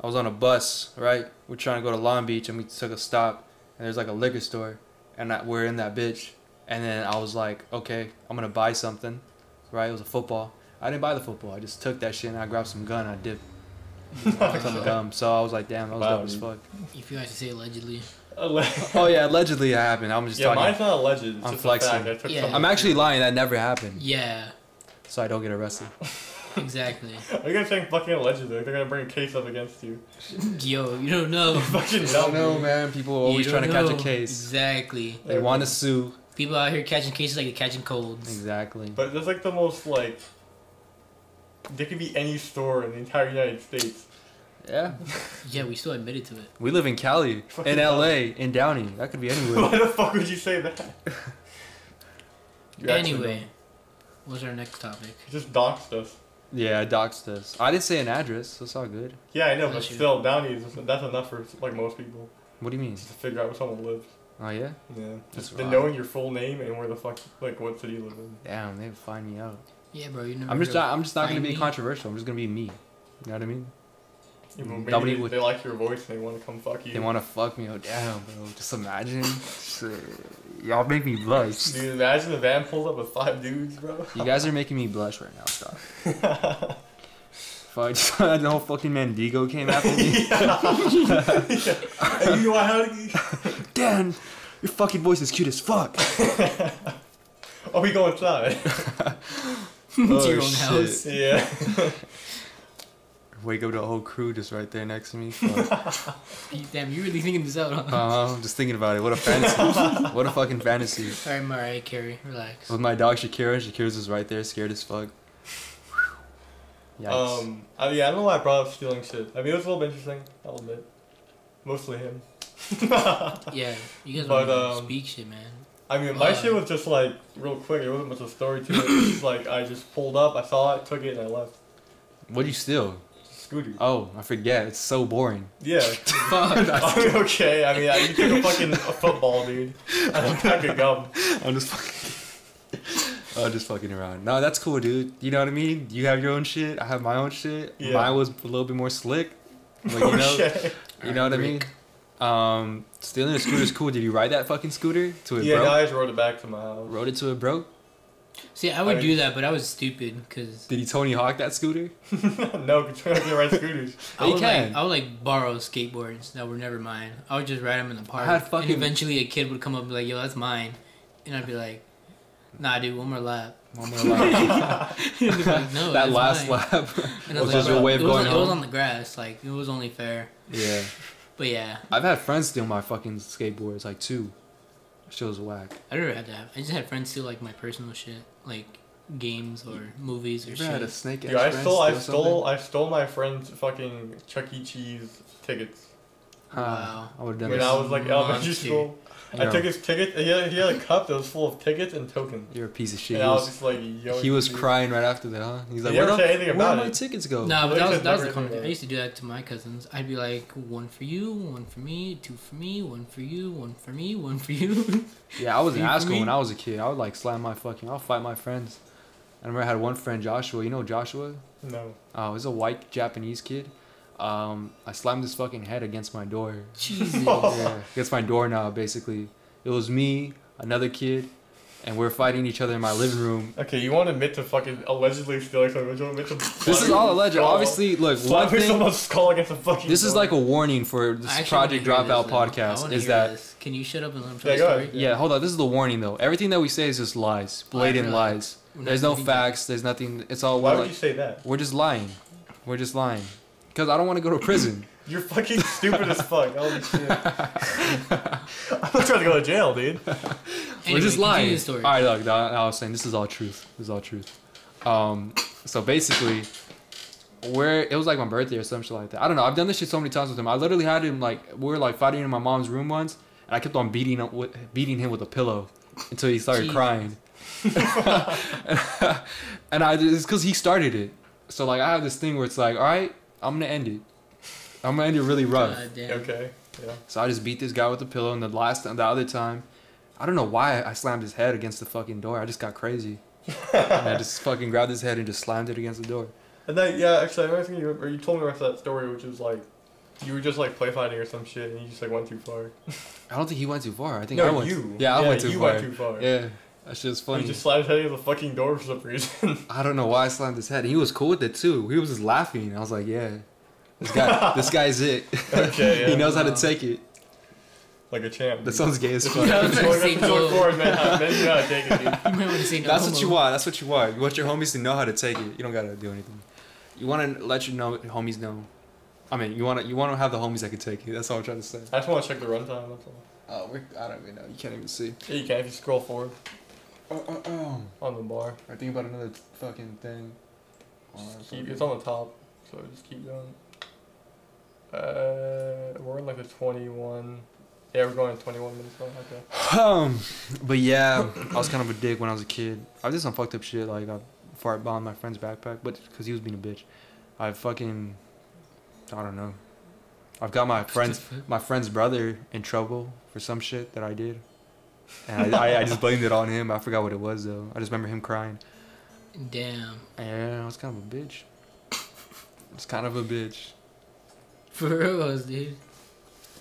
[SPEAKER 1] I was on a bus, right? We're trying to go to Long Beach and we took a stop and there's like a liquor store and I, we're in that bitch. And then I was like, okay, I'm gonna buy something, right? It was a football. I didn't buy the football. I just took that shit and I grabbed some gun. And I dipped some gum. So I was like, damn, that was
[SPEAKER 3] Wow,
[SPEAKER 1] dope as
[SPEAKER 3] dude.
[SPEAKER 1] fuck.
[SPEAKER 2] If you actually say allegedly,
[SPEAKER 1] oh yeah, allegedly it happened. I'm just
[SPEAKER 3] yeah,
[SPEAKER 1] talking.
[SPEAKER 3] mine's not alleged. It's
[SPEAKER 1] I'm
[SPEAKER 3] just
[SPEAKER 1] flexing.
[SPEAKER 3] a fact. I took
[SPEAKER 2] Yeah.
[SPEAKER 3] something.
[SPEAKER 1] I'm actually lying. That never happened.
[SPEAKER 2] yeah,
[SPEAKER 1] So I don't get arrested.
[SPEAKER 2] exactly.
[SPEAKER 3] Are you gonna think fucking alleged? Like, they're gonna bring a case up against you.
[SPEAKER 2] Yo, you don't know.
[SPEAKER 3] fucking
[SPEAKER 1] I
[SPEAKER 3] dumb.
[SPEAKER 1] don't know, man. People are always
[SPEAKER 2] You
[SPEAKER 1] trying
[SPEAKER 2] don't
[SPEAKER 1] to catch a
[SPEAKER 2] know.
[SPEAKER 1] case.
[SPEAKER 2] Exactly.
[SPEAKER 1] They want to sue.
[SPEAKER 2] People out here catching cases like they're catching colds.
[SPEAKER 1] Exactly.
[SPEAKER 3] But that's like the most like. There could be any store in the entire United States.
[SPEAKER 1] Yeah.
[SPEAKER 2] Yeah, we still admitted to it.
[SPEAKER 1] We live in Cali,
[SPEAKER 3] Fucking
[SPEAKER 1] in LA, in Downey. That could be anywhere.
[SPEAKER 3] Why the fuck would you say that? You actually
[SPEAKER 2] anyway,
[SPEAKER 3] don't.
[SPEAKER 2] what's our next topic?
[SPEAKER 3] You just doxed us.
[SPEAKER 1] yeah, I doxed us. I didn't say an address, so it's all good.
[SPEAKER 3] Yeah, I know, but
[SPEAKER 2] Bless you.
[SPEAKER 3] still, Downey is that's enough for like most people
[SPEAKER 1] What do you mean?
[SPEAKER 3] just to figure out where someone lives.
[SPEAKER 1] Oh yeah.
[SPEAKER 3] Yeah,
[SPEAKER 1] That's
[SPEAKER 3] just the
[SPEAKER 1] right.
[SPEAKER 3] knowing your full name and where the fuck, like, what city you live in.
[SPEAKER 1] Damn, they would find me out.
[SPEAKER 2] Yeah, bro, you never.
[SPEAKER 1] I'm just
[SPEAKER 2] heard
[SPEAKER 1] not. I'm just not gonna
[SPEAKER 2] Find
[SPEAKER 1] be
[SPEAKER 2] me?
[SPEAKER 1] controversial. I'm just gonna be me. You know what I mean?
[SPEAKER 3] You know, maybe
[SPEAKER 1] Nobody
[SPEAKER 3] they,
[SPEAKER 1] would-
[SPEAKER 3] they like your voice and they want to come fuck you.
[SPEAKER 1] They want to fuck me. Oh damn, bro. Just imagine. Shit. Y'all make me blush.
[SPEAKER 3] Dude, imagine the van pulls up with five dudes, bro.
[SPEAKER 1] You guys are making me blush right now. Stop. Fuck. The whole fucking Mandigo came after me.
[SPEAKER 3] and you know how to...
[SPEAKER 1] Dan, your fucking voice is cute as fuck.
[SPEAKER 3] Oh, we go inside.
[SPEAKER 2] To your own
[SPEAKER 1] Oh,
[SPEAKER 2] house.
[SPEAKER 3] yeah.
[SPEAKER 1] Wake up the whole crew just right there next to me. Fuck.
[SPEAKER 2] You- Damn, you really thinking this out, huh?
[SPEAKER 1] Uh, I'm just thinking about it. What a fantasy. what a fucking fantasy.
[SPEAKER 2] All right, Mariah Carey, relax.
[SPEAKER 1] With my dog Shakira, Shakira's just right there, scared as fuck. Yikes.
[SPEAKER 3] Um, I mean, I don't know why I brought up stealing shit. I mean, it was a little bit interesting. I'll admit. Mostly him.
[SPEAKER 2] Yeah, you guys
[SPEAKER 3] But,
[SPEAKER 2] want to
[SPEAKER 3] um,
[SPEAKER 2] speak shit, man.
[SPEAKER 3] I mean, my
[SPEAKER 2] Uh,
[SPEAKER 3] shit was just like real quick. There wasn't much of a story to it. It was just like I just pulled up, I saw it, took it, and I left.
[SPEAKER 1] What'd you steal?
[SPEAKER 3] Scooter.
[SPEAKER 1] Oh, I forget. It's so boring.
[SPEAKER 3] Yeah. I mean, okay. I mean, I, you took a fucking a football, dude. And a pack of gum.
[SPEAKER 1] I'm just fucking. I'm just fucking around. No, that's cool, dude. You know what I mean? You have your own shit. I have my own shit.
[SPEAKER 3] Yeah. Oh,
[SPEAKER 1] Mine was a little bit more slick. But you know,
[SPEAKER 3] Okay.
[SPEAKER 1] You know what I mean? Um, stealing a scooter is cool. Did you ride that fucking scooter to it,
[SPEAKER 3] Yeah,
[SPEAKER 1] bro?
[SPEAKER 3] guys rode it back to my house.
[SPEAKER 1] Rode it to it, bro.
[SPEAKER 2] See, I would
[SPEAKER 3] I-
[SPEAKER 2] do that, but I was stupid because
[SPEAKER 1] Did he Tony Hawk that scooter?
[SPEAKER 3] no, because we can ride scooters.
[SPEAKER 2] I
[SPEAKER 1] They
[SPEAKER 2] would
[SPEAKER 1] can.
[SPEAKER 2] like I would like borrow skateboards that were never mine. I would just ride them in the park.
[SPEAKER 1] had
[SPEAKER 2] and
[SPEAKER 1] fucking-
[SPEAKER 2] eventually a kid would come up and be like, "Yo, that's mine," and I'd be like, "Nah, dude, one more lap."
[SPEAKER 1] One more lap.
[SPEAKER 2] And they'd be like, no,
[SPEAKER 1] that
[SPEAKER 2] that's
[SPEAKER 1] last
[SPEAKER 2] mine."
[SPEAKER 1] lap
[SPEAKER 2] And I
[SPEAKER 1] was
[SPEAKER 2] was
[SPEAKER 1] just
[SPEAKER 2] like,
[SPEAKER 1] your way of
[SPEAKER 2] it was,
[SPEAKER 1] going
[SPEAKER 2] It was
[SPEAKER 1] home.
[SPEAKER 2] on the grass, like it was only fair.
[SPEAKER 1] yeah,
[SPEAKER 2] But yeah,
[SPEAKER 1] I've had friends steal my fucking skateboards like two. Shit was whack.
[SPEAKER 2] I never had that. I just had friends steal like my personal shit, like games or movies or
[SPEAKER 1] You ever
[SPEAKER 2] shit.
[SPEAKER 1] had a snake?
[SPEAKER 3] Dude, I stole, I stole, I stole my friend's fucking Chuck E. Cheese tickets
[SPEAKER 2] Wow.
[SPEAKER 1] I would have done
[SPEAKER 3] when
[SPEAKER 1] this.
[SPEAKER 3] I was like elementary
[SPEAKER 2] Monster.
[SPEAKER 3] school. I
[SPEAKER 1] Yeah.
[SPEAKER 3] took his ticket. and He had, he had a cup that was full of tickets and tokens.
[SPEAKER 1] You're a piece of shit.
[SPEAKER 3] and
[SPEAKER 1] He
[SPEAKER 3] I was
[SPEAKER 1] was,
[SPEAKER 3] just like, yo.
[SPEAKER 1] he was
[SPEAKER 3] dude.
[SPEAKER 1] crying right after that. Huh? He's like,
[SPEAKER 3] He never
[SPEAKER 1] where,
[SPEAKER 3] said
[SPEAKER 1] the-
[SPEAKER 3] anything
[SPEAKER 1] where
[SPEAKER 3] about
[SPEAKER 1] my
[SPEAKER 3] it.
[SPEAKER 1] tickets go?
[SPEAKER 2] No,
[SPEAKER 3] Like
[SPEAKER 2] but
[SPEAKER 3] I
[SPEAKER 2] that was
[SPEAKER 3] said,
[SPEAKER 2] that was
[SPEAKER 3] never
[SPEAKER 2] the
[SPEAKER 3] do
[SPEAKER 2] comment.
[SPEAKER 3] that.
[SPEAKER 2] I used to do that to my cousins. I'd be like, one for you, one for me, two for me, one for you, one for me, one for you.
[SPEAKER 1] Yeah, I was in
[SPEAKER 2] You
[SPEAKER 1] high
[SPEAKER 2] for
[SPEAKER 1] school
[SPEAKER 2] me?
[SPEAKER 1] when I was a kid. I would like slam my fucking. I'll fight my friends. I remember I had one friend, Joshua. You know Joshua?
[SPEAKER 3] No.
[SPEAKER 1] Oh, he's a white Japanese kid. Um, I slammed his fucking head against my door.
[SPEAKER 2] Jesus.
[SPEAKER 3] Oh.
[SPEAKER 1] Yeah, against my doorknob, basically. It was me, another kid, and we are fighting each other in my living room.
[SPEAKER 3] Okay, you want to admit to fucking allegedly stealing something? but You want to admit to
[SPEAKER 1] This is all alleged.
[SPEAKER 3] Skull.
[SPEAKER 1] Obviously, look, one
[SPEAKER 3] Slapping
[SPEAKER 1] thing.
[SPEAKER 3] someone's skull against a fucking.
[SPEAKER 1] This is
[SPEAKER 3] door.
[SPEAKER 1] like a warning for this
[SPEAKER 2] I actually
[SPEAKER 1] Project
[SPEAKER 2] wanna hear
[SPEAKER 1] Dropout
[SPEAKER 2] this, man. I
[SPEAKER 1] podcast.
[SPEAKER 2] wanna
[SPEAKER 1] Is
[SPEAKER 2] hear
[SPEAKER 1] that
[SPEAKER 2] this. Can you shut up and let him tell
[SPEAKER 3] Yeah,
[SPEAKER 2] the
[SPEAKER 3] go
[SPEAKER 2] story?
[SPEAKER 3] ahead.
[SPEAKER 1] Yeah, hold on. This is the warning though. Everything that we say is just lies, blatant
[SPEAKER 2] really?
[SPEAKER 1] lies.
[SPEAKER 2] We're not
[SPEAKER 1] There's no
[SPEAKER 2] gonna be-
[SPEAKER 1] facts. There's nothing. It's all
[SPEAKER 3] Why
[SPEAKER 1] we're,
[SPEAKER 3] would
[SPEAKER 1] like,
[SPEAKER 3] you say that?
[SPEAKER 1] we're just lying. We're just lying. Cause I don't want to go to prison.
[SPEAKER 3] You're fucking stupid as fuck. Holy shit. I'm not trying to go to jail, dude.
[SPEAKER 2] Anyway,
[SPEAKER 1] We're just
[SPEAKER 2] continue
[SPEAKER 1] lying.
[SPEAKER 2] the story.
[SPEAKER 1] All right, look, I I was saying this is all truth. This is all truth. Um, so basically, where it was like my birthday or some shit like that. I don't know. I've done this shit so many times with him. I literally had him like we were like fighting in my mom's room once, and I kept on beating him with, beating him with a pillow until he started
[SPEAKER 2] Jesus.
[SPEAKER 1] crying. and I just because he started it. So like I have this thing where it's like, all right, I'm gonna end it. I'm gonna end it really rough.
[SPEAKER 2] God damn.
[SPEAKER 3] Okay. Yeah.
[SPEAKER 1] So I just beat this guy with the pillow, and the last the other time, I don't know why I slammed his head against the fucking door. I just got crazy. and I just fucking grabbed his head and just slammed it against the door.
[SPEAKER 3] And that yeah, actually, I remember thinking you, or you told me about that story, which was like, you were just like play fighting or some shit, and you just like went too far.
[SPEAKER 1] I don't think he went too far. I think
[SPEAKER 3] no,
[SPEAKER 1] I went.
[SPEAKER 3] you.
[SPEAKER 1] Yeah, I went too
[SPEAKER 3] you
[SPEAKER 1] far.
[SPEAKER 3] went too far.
[SPEAKER 1] Yeah, that shit's funny.
[SPEAKER 3] You just slammed head into the fucking door for some reason.
[SPEAKER 1] I don't know why I slammed his head. He was cool with it too. He was just laughing. I was like, yeah, this guy, this guy's it.
[SPEAKER 3] Okay,
[SPEAKER 1] he
[SPEAKER 3] yeah.
[SPEAKER 1] knows how to
[SPEAKER 2] Wow.
[SPEAKER 1] take it.
[SPEAKER 3] like a champ.
[SPEAKER 1] That sounds gay as fuck.
[SPEAKER 2] Yeah. I was
[SPEAKER 3] Going
[SPEAKER 2] gonna
[SPEAKER 3] up
[SPEAKER 2] say
[SPEAKER 3] to door
[SPEAKER 2] no.
[SPEAKER 3] four, man. Man, you gotta take it, dude.
[SPEAKER 2] You might want to say no
[SPEAKER 1] That's what you
[SPEAKER 2] homo.
[SPEAKER 1] want. That's what you want. You want your homies to know how to take it. You don't gotta do anything. You want to let your know homies know. I mean, you want to you want to have the homies that can take it. That's all I'm trying to say.
[SPEAKER 3] I just want to check the runtime. That's all.
[SPEAKER 1] Oh, we're, I don't even know. You can't even see.
[SPEAKER 3] Yeah, you can if you scroll forward
[SPEAKER 1] Oh, oh, oh.
[SPEAKER 3] on the bar.
[SPEAKER 1] I think about another fucking thing.
[SPEAKER 3] Just keep, it's on the top, so just keep going. Uh, we're in like the 21. Yeah, we're going to 21 minutes now. Okay.
[SPEAKER 1] Um, but yeah, I was kind of a dick when I was a kid. I did some fucked up shit, like I fart bombed my friend's backpack, but because he was being a bitch, I fucking, I don't know. I've got my friend's my friend's brother in trouble for some shit that I did, and I, I, I just blamed it on him. I forgot what it was though. I just remember him crying.
[SPEAKER 2] Damn.
[SPEAKER 1] Yeah, I was kind of a bitch. It's kind of a bitch.
[SPEAKER 2] For reals, dude.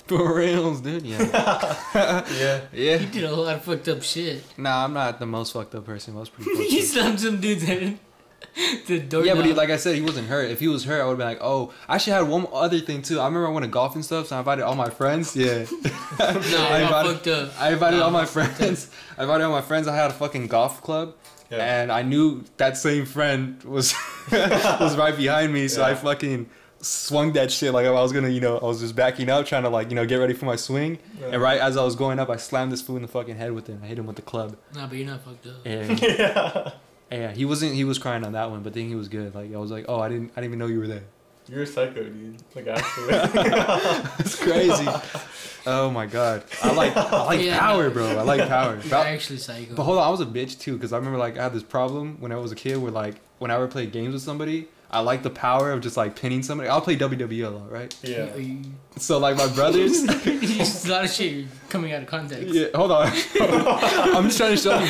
[SPEAKER 1] For reals, dude. Yeah.
[SPEAKER 3] Yeah.
[SPEAKER 2] He
[SPEAKER 1] Yeah.
[SPEAKER 2] did a lot of fucked up shit.
[SPEAKER 1] Nah, I'm not the most fucked up person. I was pretty. fucked
[SPEAKER 2] he
[SPEAKER 1] up.
[SPEAKER 2] slammed some dude's head. The door.
[SPEAKER 1] Yeah, but he, like I said, he wasn't hurt. If he was hurt, I would have been like, oh. I actually had one other thing too. I remember I went to golf and stuff, so I invited all my friends. Yeah.
[SPEAKER 2] no,
[SPEAKER 1] I
[SPEAKER 2] I got
[SPEAKER 1] invited-
[SPEAKER 2] fucked up.
[SPEAKER 1] I invited
[SPEAKER 2] Nah,
[SPEAKER 1] all my friends. I invited all my friends. I had a fucking golf club,
[SPEAKER 3] Yeah.
[SPEAKER 1] and I knew that same friend was was right behind me, so I
[SPEAKER 3] Yeah.
[SPEAKER 1] fucking swung that shit like I was gonna, you know, I was just backing up, trying to like, you know, get ready for my swing.
[SPEAKER 3] Yeah.
[SPEAKER 1] And right as I was going up, I slammed this fool in the fucking head with it. I hit him with the club.
[SPEAKER 2] Nah, but you're not fucked up.
[SPEAKER 1] And
[SPEAKER 3] yeah.
[SPEAKER 1] yeah, he wasn't. He was crying on that one, but then he was good. Like I was like, oh, I didn't, I didn't even know you were there.
[SPEAKER 3] You're a psycho, dude. Like, actually.
[SPEAKER 1] It's crazy. oh my god. I like I like
[SPEAKER 2] Yeah.
[SPEAKER 1] power, bro. I like power.
[SPEAKER 2] You're
[SPEAKER 1] But,
[SPEAKER 2] actually psycho.
[SPEAKER 1] but hold on, I was a bitch too, because I remember like I had this problem when I was a kid where like when I would play games with somebody, I like the power of just like pinning somebody. I'll play WWE a lot, right?
[SPEAKER 3] yeah.
[SPEAKER 2] You, you,
[SPEAKER 1] So like my brothers
[SPEAKER 2] you just a lot of shit you're coming out of context.
[SPEAKER 1] Yeah, hold on. I'm just trying to show you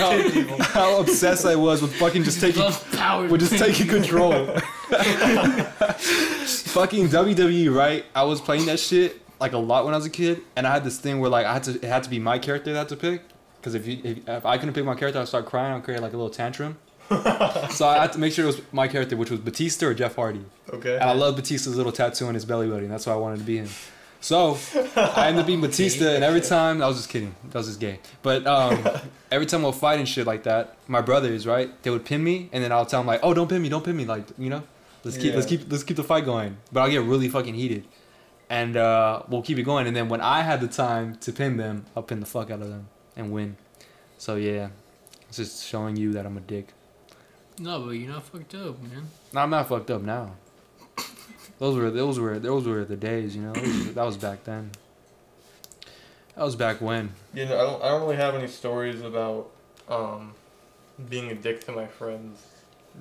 [SPEAKER 1] how, how obsessed I was with fucking just taking
[SPEAKER 2] Love power.
[SPEAKER 1] We're just taking control. Fucking WWE, right? I was playing that shit like a lot when I was a kid, and I had this thing where like I had to it had to be my character that I had to pick. Because if you if, if I couldn't pick my character, I'd start crying. I'd create like a little tantrum. so I had to make sure it was my character, which was Batista or Jeff Hardy. And I
[SPEAKER 3] Okay.
[SPEAKER 1] love Batista's little tattoo on his belly button. That's why I wanted to be him. So I ended up being Batista, and every time I was just kidding. That was just gay. But um, every time we'll fight and shit like that, my brothers, right? They would pin me, and then I'll tell them like, "Oh, don't pin me, don't pin me." Like, you know, let's keep, let's
[SPEAKER 3] Yeah.
[SPEAKER 1] keep, let's keep the fight going. But I'll get really fucking heated, and uh, we'll keep it going. And then when I had the time to pin them, I'll pin the fuck out of them and win. So yeah, it's just showing you that I'm a dick.
[SPEAKER 2] No, but you're not fucked up, man.
[SPEAKER 1] No, I'm not fucked up now. Those were those were those were the days, you know. Those were- that was back then. That was back when.
[SPEAKER 3] You know, I don't, I don't really have any stories about um, being a dick to my friends.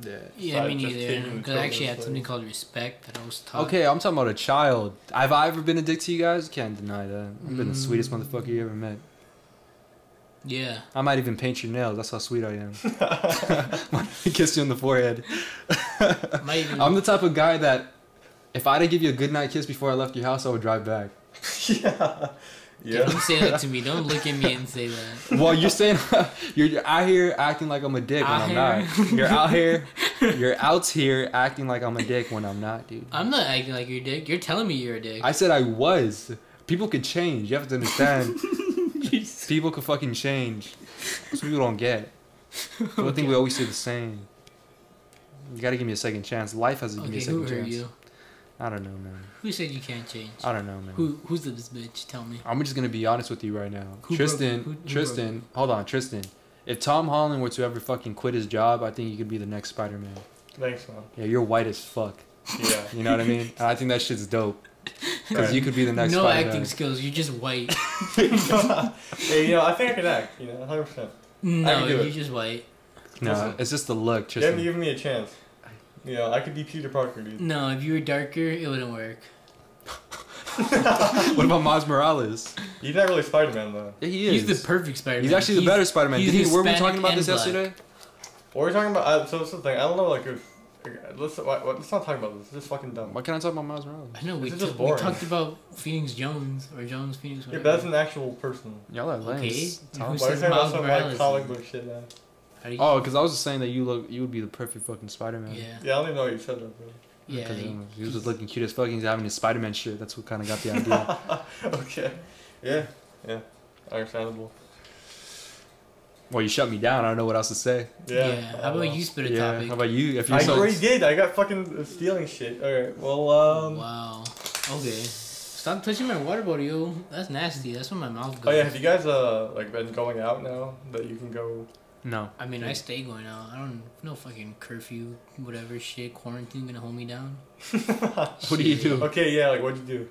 [SPEAKER 1] Yeah.
[SPEAKER 2] Yeah,
[SPEAKER 3] I
[SPEAKER 2] me
[SPEAKER 3] just
[SPEAKER 2] neither.
[SPEAKER 3] taking
[SPEAKER 2] Because I actually
[SPEAKER 3] control,
[SPEAKER 2] had
[SPEAKER 3] so-
[SPEAKER 2] something called respect that I was taught.
[SPEAKER 1] Okay, I'm talking about a child. Have I ever been a dick to you guys? Can't deny that. I've been the sweetest
[SPEAKER 2] Mm.
[SPEAKER 1] motherfucker you ever met.
[SPEAKER 2] Yeah.
[SPEAKER 1] I might even paint your nails. That's how sweet I am. I kiss you on the forehead.
[SPEAKER 2] Might even,
[SPEAKER 1] I'm the type of guy that, if I didn't give you a good night kiss before I left your house, I would drive back.
[SPEAKER 3] yeah.
[SPEAKER 2] Dude,
[SPEAKER 3] Yeah.
[SPEAKER 2] Don't say that to me. Don't look at me and say that.
[SPEAKER 1] Well, you're saying you're out here acting like I'm a dick
[SPEAKER 2] Out
[SPEAKER 1] when I'm not. You're out here, you're out here acting like I'm a dick when I'm not, dude.
[SPEAKER 2] I'm not acting like you're a dick. You're telling me you're a dick.
[SPEAKER 1] I said I was. People could change. You have to understand. people could fucking change. That's what people don't get. People think we always say the same. You gotta give me a second chance. Life has to give me
[SPEAKER 2] okay,
[SPEAKER 1] a
[SPEAKER 2] who
[SPEAKER 1] second
[SPEAKER 2] are
[SPEAKER 1] chance.
[SPEAKER 2] you?
[SPEAKER 1] I don't know, man.
[SPEAKER 2] Who said you can't change?
[SPEAKER 1] I don't know, man.
[SPEAKER 2] Who Who's this bitch? Tell me.
[SPEAKER 1] I'm just gonna be honest with you right now.
[SPEAKER 2] Who
[SPEAKER 1] Tristan,
[SPEAKER 2] broke- who- who broke
[SPEAKER 1] Tristan, hold on, Tristan. If Tom Holland were to ever fucking quit his job, I think he could be the next Spider-Man.
[SPEAKER 3] Thanks, man.
[SPEAKER 1] Yeah, you're white as fuck.
[SPEAKER 3] Yeah.
[SPEAKER 1] You know what I mean? And I think that shit's dope. Because
[SPEAKER 3] Right.
[SPEAKER 1] you could be the next
[SPEAKER 2] no
[SPEAKER 1] Spider-Man.
[SPEAKER 2] acting skills. You're just white.
[SPEAKER 3] yeah, you know, I think I can act, you know, 100%.
[SPEAKER 2] No,
[SPEAKER 3] do
[SPEAKER 2] you're
[SPEAKER 3] it.
[SPEAKER 2] just white.
[SPEAKER 1] No, it's just the look.
[SPEAKER 3] You
[SPEAKER 1] Tristan.
[SPEAKER 3] haven't given me a chance. You know, I could be Peter Parker, dude.
[SPEAKER 2] No, if you were darker, it wouldn't work.
[SPEAKER 1] what about Miles Morales?
[SPEAKER 3] He's not really Spider Man though.
[SPEAKER 1] Yeah, he
[SPEAKER 2] He's the perfect Spider-Man.
[SPEAKER 1] He's actually the better Spider-Man.
[SPEAKER 2] he's
[SPEAKER 1] Didn't he, were we
[SPEAKER 2] Hispanic
[SPEAKER 1] talking about
[SPEAKER 2] and
[SPEAKER 1] this
[SPEAKER 2] black.
[SPEAKER 1] yesterday?
[SPEAKER 3] What we're talking about? Uh, so that's the thing. I don't know. Like, if, okay, let's why, what, let's not talk about this. It's just fucking dumb.
[SPEAKER 1] Why can't I talk about Miles Morales?
[SPEAKER 2] I know we,
[SPEAKER 3] This is just
[SPEAKER 2] t- we
[SPEAKER 3] boring.
[SPEAKER 2] talked about Phoenix Jones or Jones Phoenix.
[SPEAKER 3] Yeah, but
[SPEAKER 2] Whatever.
[SPEAKER 3] that's an actual person.
[SPEAKER 1] Y'all are lame.
[SPEAKER 2] Okay.
[SPEAKER 1] It's tough.
[SPEAKER 2] Who's-
[SPEAKER 3] Why are
[SPEAKER 2] says
[SPEAKER 3] you talking about
[SPEAKER 2] Miles
[SPEAKER 3] some
[SPEAKER 2] Morales
[SPEAKER 3] like comic
[SPEAKER 2] is-
[SPEAKER 3] book shit now?
[SPEAKER 2] How do you-
[SPEAKER 1] Oh, because I was just saying that you look, you would be the perfect fucking Spider-Man.
[SPEAKER 2] yeah,
[SPEAKER 3] Yeah, I don't even know what you said. That, bro.
[SPEAKER 2] yeah.
[SPEAKER 1] Because
[SPEAKER 2] he-
[SPEAKER 1] he was just looking cute as fuck. He's having his Spider-Man shirt. That's what kind of got the idea.
[SPEAKER 3] okay. Yeah. Yeah. Understandable.
[SPEAKER 1] well, you shut me down. I don't know what else to say.
[SPEAKER 3] Yeah. I
[SPEAKER 2] How
[SPEAKER 3] don't
[SPEAKER 2] about
[SPEAKER 3] know.
[SPEAKER 2] you spit a
[SPEAKER 1] yeah.
[SPEAKER 2] topic?
[SPEAKER 1] How about you? If you
[SPEAKER 3] I
[SPEAKER 1] so,
[SPEAKER 3] already did. I got fucking uh, stealing shit. Alright, well, um.
[SPEAKER 2] wow. Okay. Stop touching my water bottle, yo. That's nasty. That's where my mouth
[SPEAKER 3] Oh,
[SPEAKER 2] goes.
[SPEAKER 3] yeah, have you guys, uh, like, been going out now that you can go?
[SPEAKER 1] no.
[SPEAKER 2] I mean, I stay going out. I don't no fucking curfew, whatever shit. Quarantine gonna hold me down.
[SPEAKER 1] What do you
[SPEAKER 2] Shit.
[SPEAKER 1] do?
[SPEAKER 3] Okay, yeah, like, what'd you do?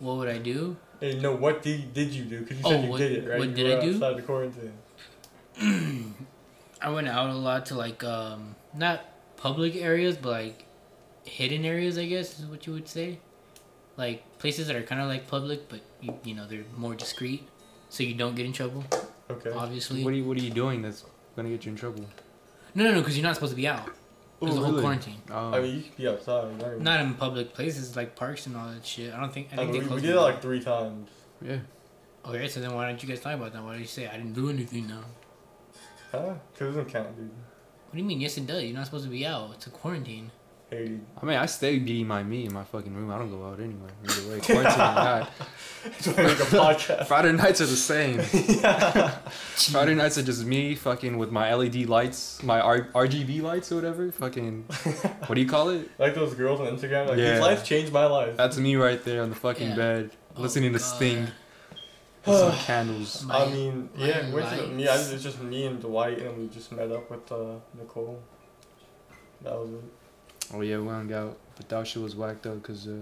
[SPEAKER 2] What would I do?
[SPEAKER 3] Hey, no, what did, did you do? Because you
[SPEAKER 2] Oh,
[SPEAKER 3] said you
[SPEAKER 2] what-
[SPEAKER 3] did it, right?
[SPEAKER 2] what
[SPEAKER 3] You
[SPEAKER 2] did
[SPEAKER 3] were
[SPEAKER 2] I do?
[SPEAKER 3] Outside the quarantine.
[SPEAKER 2] I went out a lot to like um not public areas but like hidden areas I guess is what you would say. Like places that are kind of like public but you, you know they're more discreet so you don't get in trouble
[SPEAKER 3] Okay.
[SPEAKER 2] obviously.
[SPEAKER 1] What are you What are you doing that's gonna get you in trouble?
[SPEAKER 2] no no no cuz you're not supposed to be out. There's
[SPEAKER 1] Oh,
[SPEAKER 2] a whole
[SPEAKER 1] really?
[SPEAKER 2] quarantine.
[SPEAKER 1] Oh.
[SPEAKER 3] I mean, you could be outside. Not even,
[SPEAKER 2] Not in public places like parks and all that shit. I don't think I
[SPEAKER 3] I
[SPEAKER 2] think
[SPEAKER 3] mean,
[SPEAKER 2] they
[SPEAKER 3] we, we
[SPEAKER 2] closed
[SPEAKER 3] did
[SPEAKER 2] it
[SPEAKER 3] it,
[SPEAKER 2] down.
[SPEAKER 3] like, three times.
[SPEAKER 1] yeah.
[SPEAKER 2] Okay, Oh, so then why don't you guys talk about that? Why don't you say I didn't do anything now?
[SPEAKER 3] Huh? Because it doesn't count, dude.
[SPEAKER 2] What do you mean? Yes, it does. You're not supposed to be out. It's a quarantine.
[SPEAKER 3] Hey, dude.
[SPEAKER 1] I mean, I stay beating my me in my fucking room. I don't go out anywhere. Either way, quarantine or not.
[SPEAKER 3] It's like a podcast.
[SPEAKER 1] Friday nights are the same.
[SPEAKER 3] yeah.
[SPEAKER 1] Friday nights are just me fucking with my LED lights, my R- RGB lights or whatever. Fucking, what do you call it?
[SPEAKER 3] Like those girls on Instagram. Like,
[SPEAKER 1] Yeah.
[SPEAKER 3] these lights changed my life.
[SPEAKER 1] That's me right there on the fucking
[SPEAKER 2] Yeah.
[SPEAKER 1] bed,
[SPEAKER 2] Oh,
[SPEAKER 1] listening to
[SPEAKER 2] God.
[SPEAKER 1] Sting with some candles.
[SPEAKER 2] My-
[SPEAKER 3] I mean,
[SPEAKER 2] my
[SPEAKER 3] yeah, which is me. I,
[SPEAKER 2] lights.
[SPEAKER 3] it's just me and Dwight, and we just met up with uh, Nicole. That was it.
[SPEAKER 1] Oh yeah, we hung out, but that shit was whacked though, cause uh,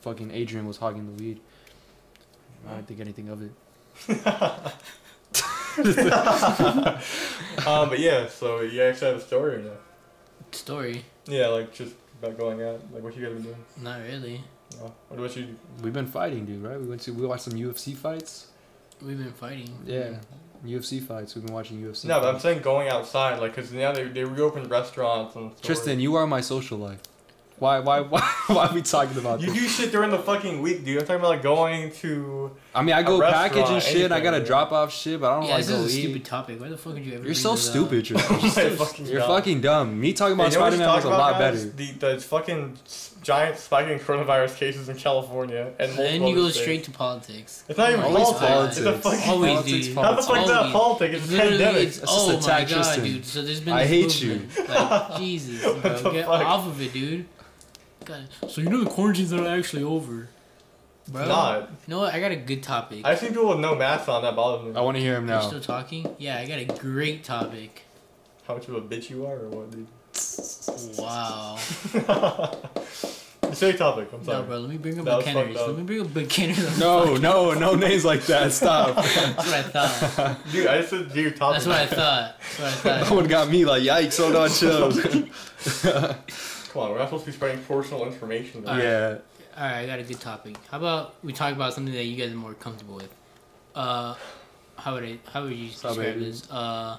[SPEAKER 1] fucking Adrian was hogging the weed. I don't think anything of it.
[SPEAKER 3] um, but yeah, so you actually have a story or not?
[SPEAKER 2] Story?
[SPEAKER 3] Yeah, like just about going out, like what you guys been doing.
[SPEAKER 2] Not really.
[SPEAKER 3] No. What about you?
[SPEAKER 1] We've been fighting, dude. Right? We went to we watched some UFC fights.
[SPEAKER 2] We've been fighting.
[SPEAKER 1] Yeah, UFC fights. We've been watching UFC.
[SPEAKER 3] No, but I'm
[SPEAKER 1] fights.
[SPEAKER 3] saying going outside, like, cause now they they reopened restaurants and. stores.
[SPEAKER 1] Tristan, you are my social life. Why why why why are we talking about
[SPEAKER 3] You
[SPEAKER 1] this?
[SPEAKER 3] do shit during the fucking week, dude. I'm talking about like going to.
[SPEAKER 1] I mean, I go
[SPEAKER 3] restaurant,
[SPEAKER 1] package and shit. I
[SPEAKER 3] anything,
[SPEAKER 1] gotta
[SPEAKER 3] yeah.
[SPEAKER 1] drop off shit, but I don't
[SPEAKER 2] yeah,
[SPEAKER 1] like
[SPEAKER 2] this is
[SPEAKER 1] go
[SPEAKER 2] a
[SPEAKER 1] eat.
[SPEAKER 2] stupid topic. Why the fuck did you ever?
[SPEAKER 1] You're
[SPEAKER 2] bring
[SPEAKER 1] so
[SPEAKER 2] this up?
[SPEAKER 1] stupid, Tristan.
[SPEAKER 3] You're fucking
[SPEAKER 1] You're
[SPEAKER 3] dumb.
[SPEAKER 1] fucking dumb. Me talking about
[SPEAKER 3] Hey, you know what
[SPEAKER 1] Spider
[SPEAKER 3] you
[SPEAKER 1] Man
[SPEAKER 3] should
[SPEAKER 1] was a
[SPEAKER 3] talk about,
[SPEAKER 1] lot
[SPEAKER 3] guys?
[SPEAKER 1] better.
[SPEAKER 3] The, the fucking s- giant spike in coronavirus cases in California and
[SPEAKER 2] And then
[SPEAKER 3] multiple
[SPEAKER 2] you go
[SPEAKER 3] other states.
[SPEAKER 2] straight to politics.
[SPEAKER 3] It's not even
[SPEAKER 2] Always
[SPEAKER 3] politics. It's a
[SPEAKER 1] politics.
[SPEAKER 3] fucking.
[SPEAKER 2] Always,
[SPEAKER 1] Politics,
[SPEAKER 2] dude.
[SPEAKER 3] How the
[SPEAKER 1] politics.
[SPEAKER 3] fuck is that politics? It's
[SPEAKER 2] Always.
[SPEAKER 3] a
[SPEAKER 2] Literally,
[SPEAKER 3] pandemic.
[SPEAKER 2] it's,
[SPEAKER 1] That's just
[SPEAKER 2] oh
[SPEAKER 1] a
[SPEAKER 2] my
[SPEAKER 1] tax
[SPEAKER 2] god,
[SPEAKER 1] system.
[SPEAKER 2] dude. So there's been.
[SPEAKER 1] I
[SPEAKER 2] This
[SPEAKER 1] hate you.
[SPEAKER 2] movement. Like, Jesus, bro,
[SPEAKER 3] What the
[SPEAKER 2] get
[SPEAKER 3] fuck?
[SPEAKER 2] off of it, dude. God. So you know the quarantine's not actually over, bro.
[SPEAKER 3] It's not.
[SPEAKER 2] You know what? I got a good topic.
[SPEAKER 3] I've seen people with no masks on that bothers
[SPEAKER 1] I
[SPEAKER 3] me.
[SPEAKER 1] want to hear him
[SPEAKER 2] You're
[SPEAKER 1] now.
[SPEAKER 2] still talking? Yeah, I got a great topic.
[SPEAKER 3] How much of a bitch you are, or what, dude?
[SPEAKER 2] Wow.
[SPEAKER 3] Say topic. I'm sorry.
[SPEAKER 2] No, bro. Let me bring up
[SPEAKER 3] That was
[SPEAKER 2] Buccaneers.
[SPEAKER 3] fucked up.
[SPEAKER 2] Let me bring up Buccaneers.
[SPEAKER 1] No, no, no names like that. Stop.
[SPEAKER 2] That's what I thought.
[SPEAKER 3] Dude, I just said dude topic.
[SPEAKER 2] That's what I thought. That's what I thought.
[SPEAKER 1] that one got me like, yikes, hold on, chill.
[SPEAKER 3] Come on, we're not supposed to be spreading personal information. though.
[SPEAKER 2] Alright.
[SPEAKER 1] yeah.
[SPEAKER 2] All right, I got a good topic. How about we talk about something that you guys are more comfortable with? Uh, how would I? How would you
[SPEAKER 1] Stop
[SPEAKER 2] describe
[SPEAKER 1] it.
[SPEAKER 2] this? Uh,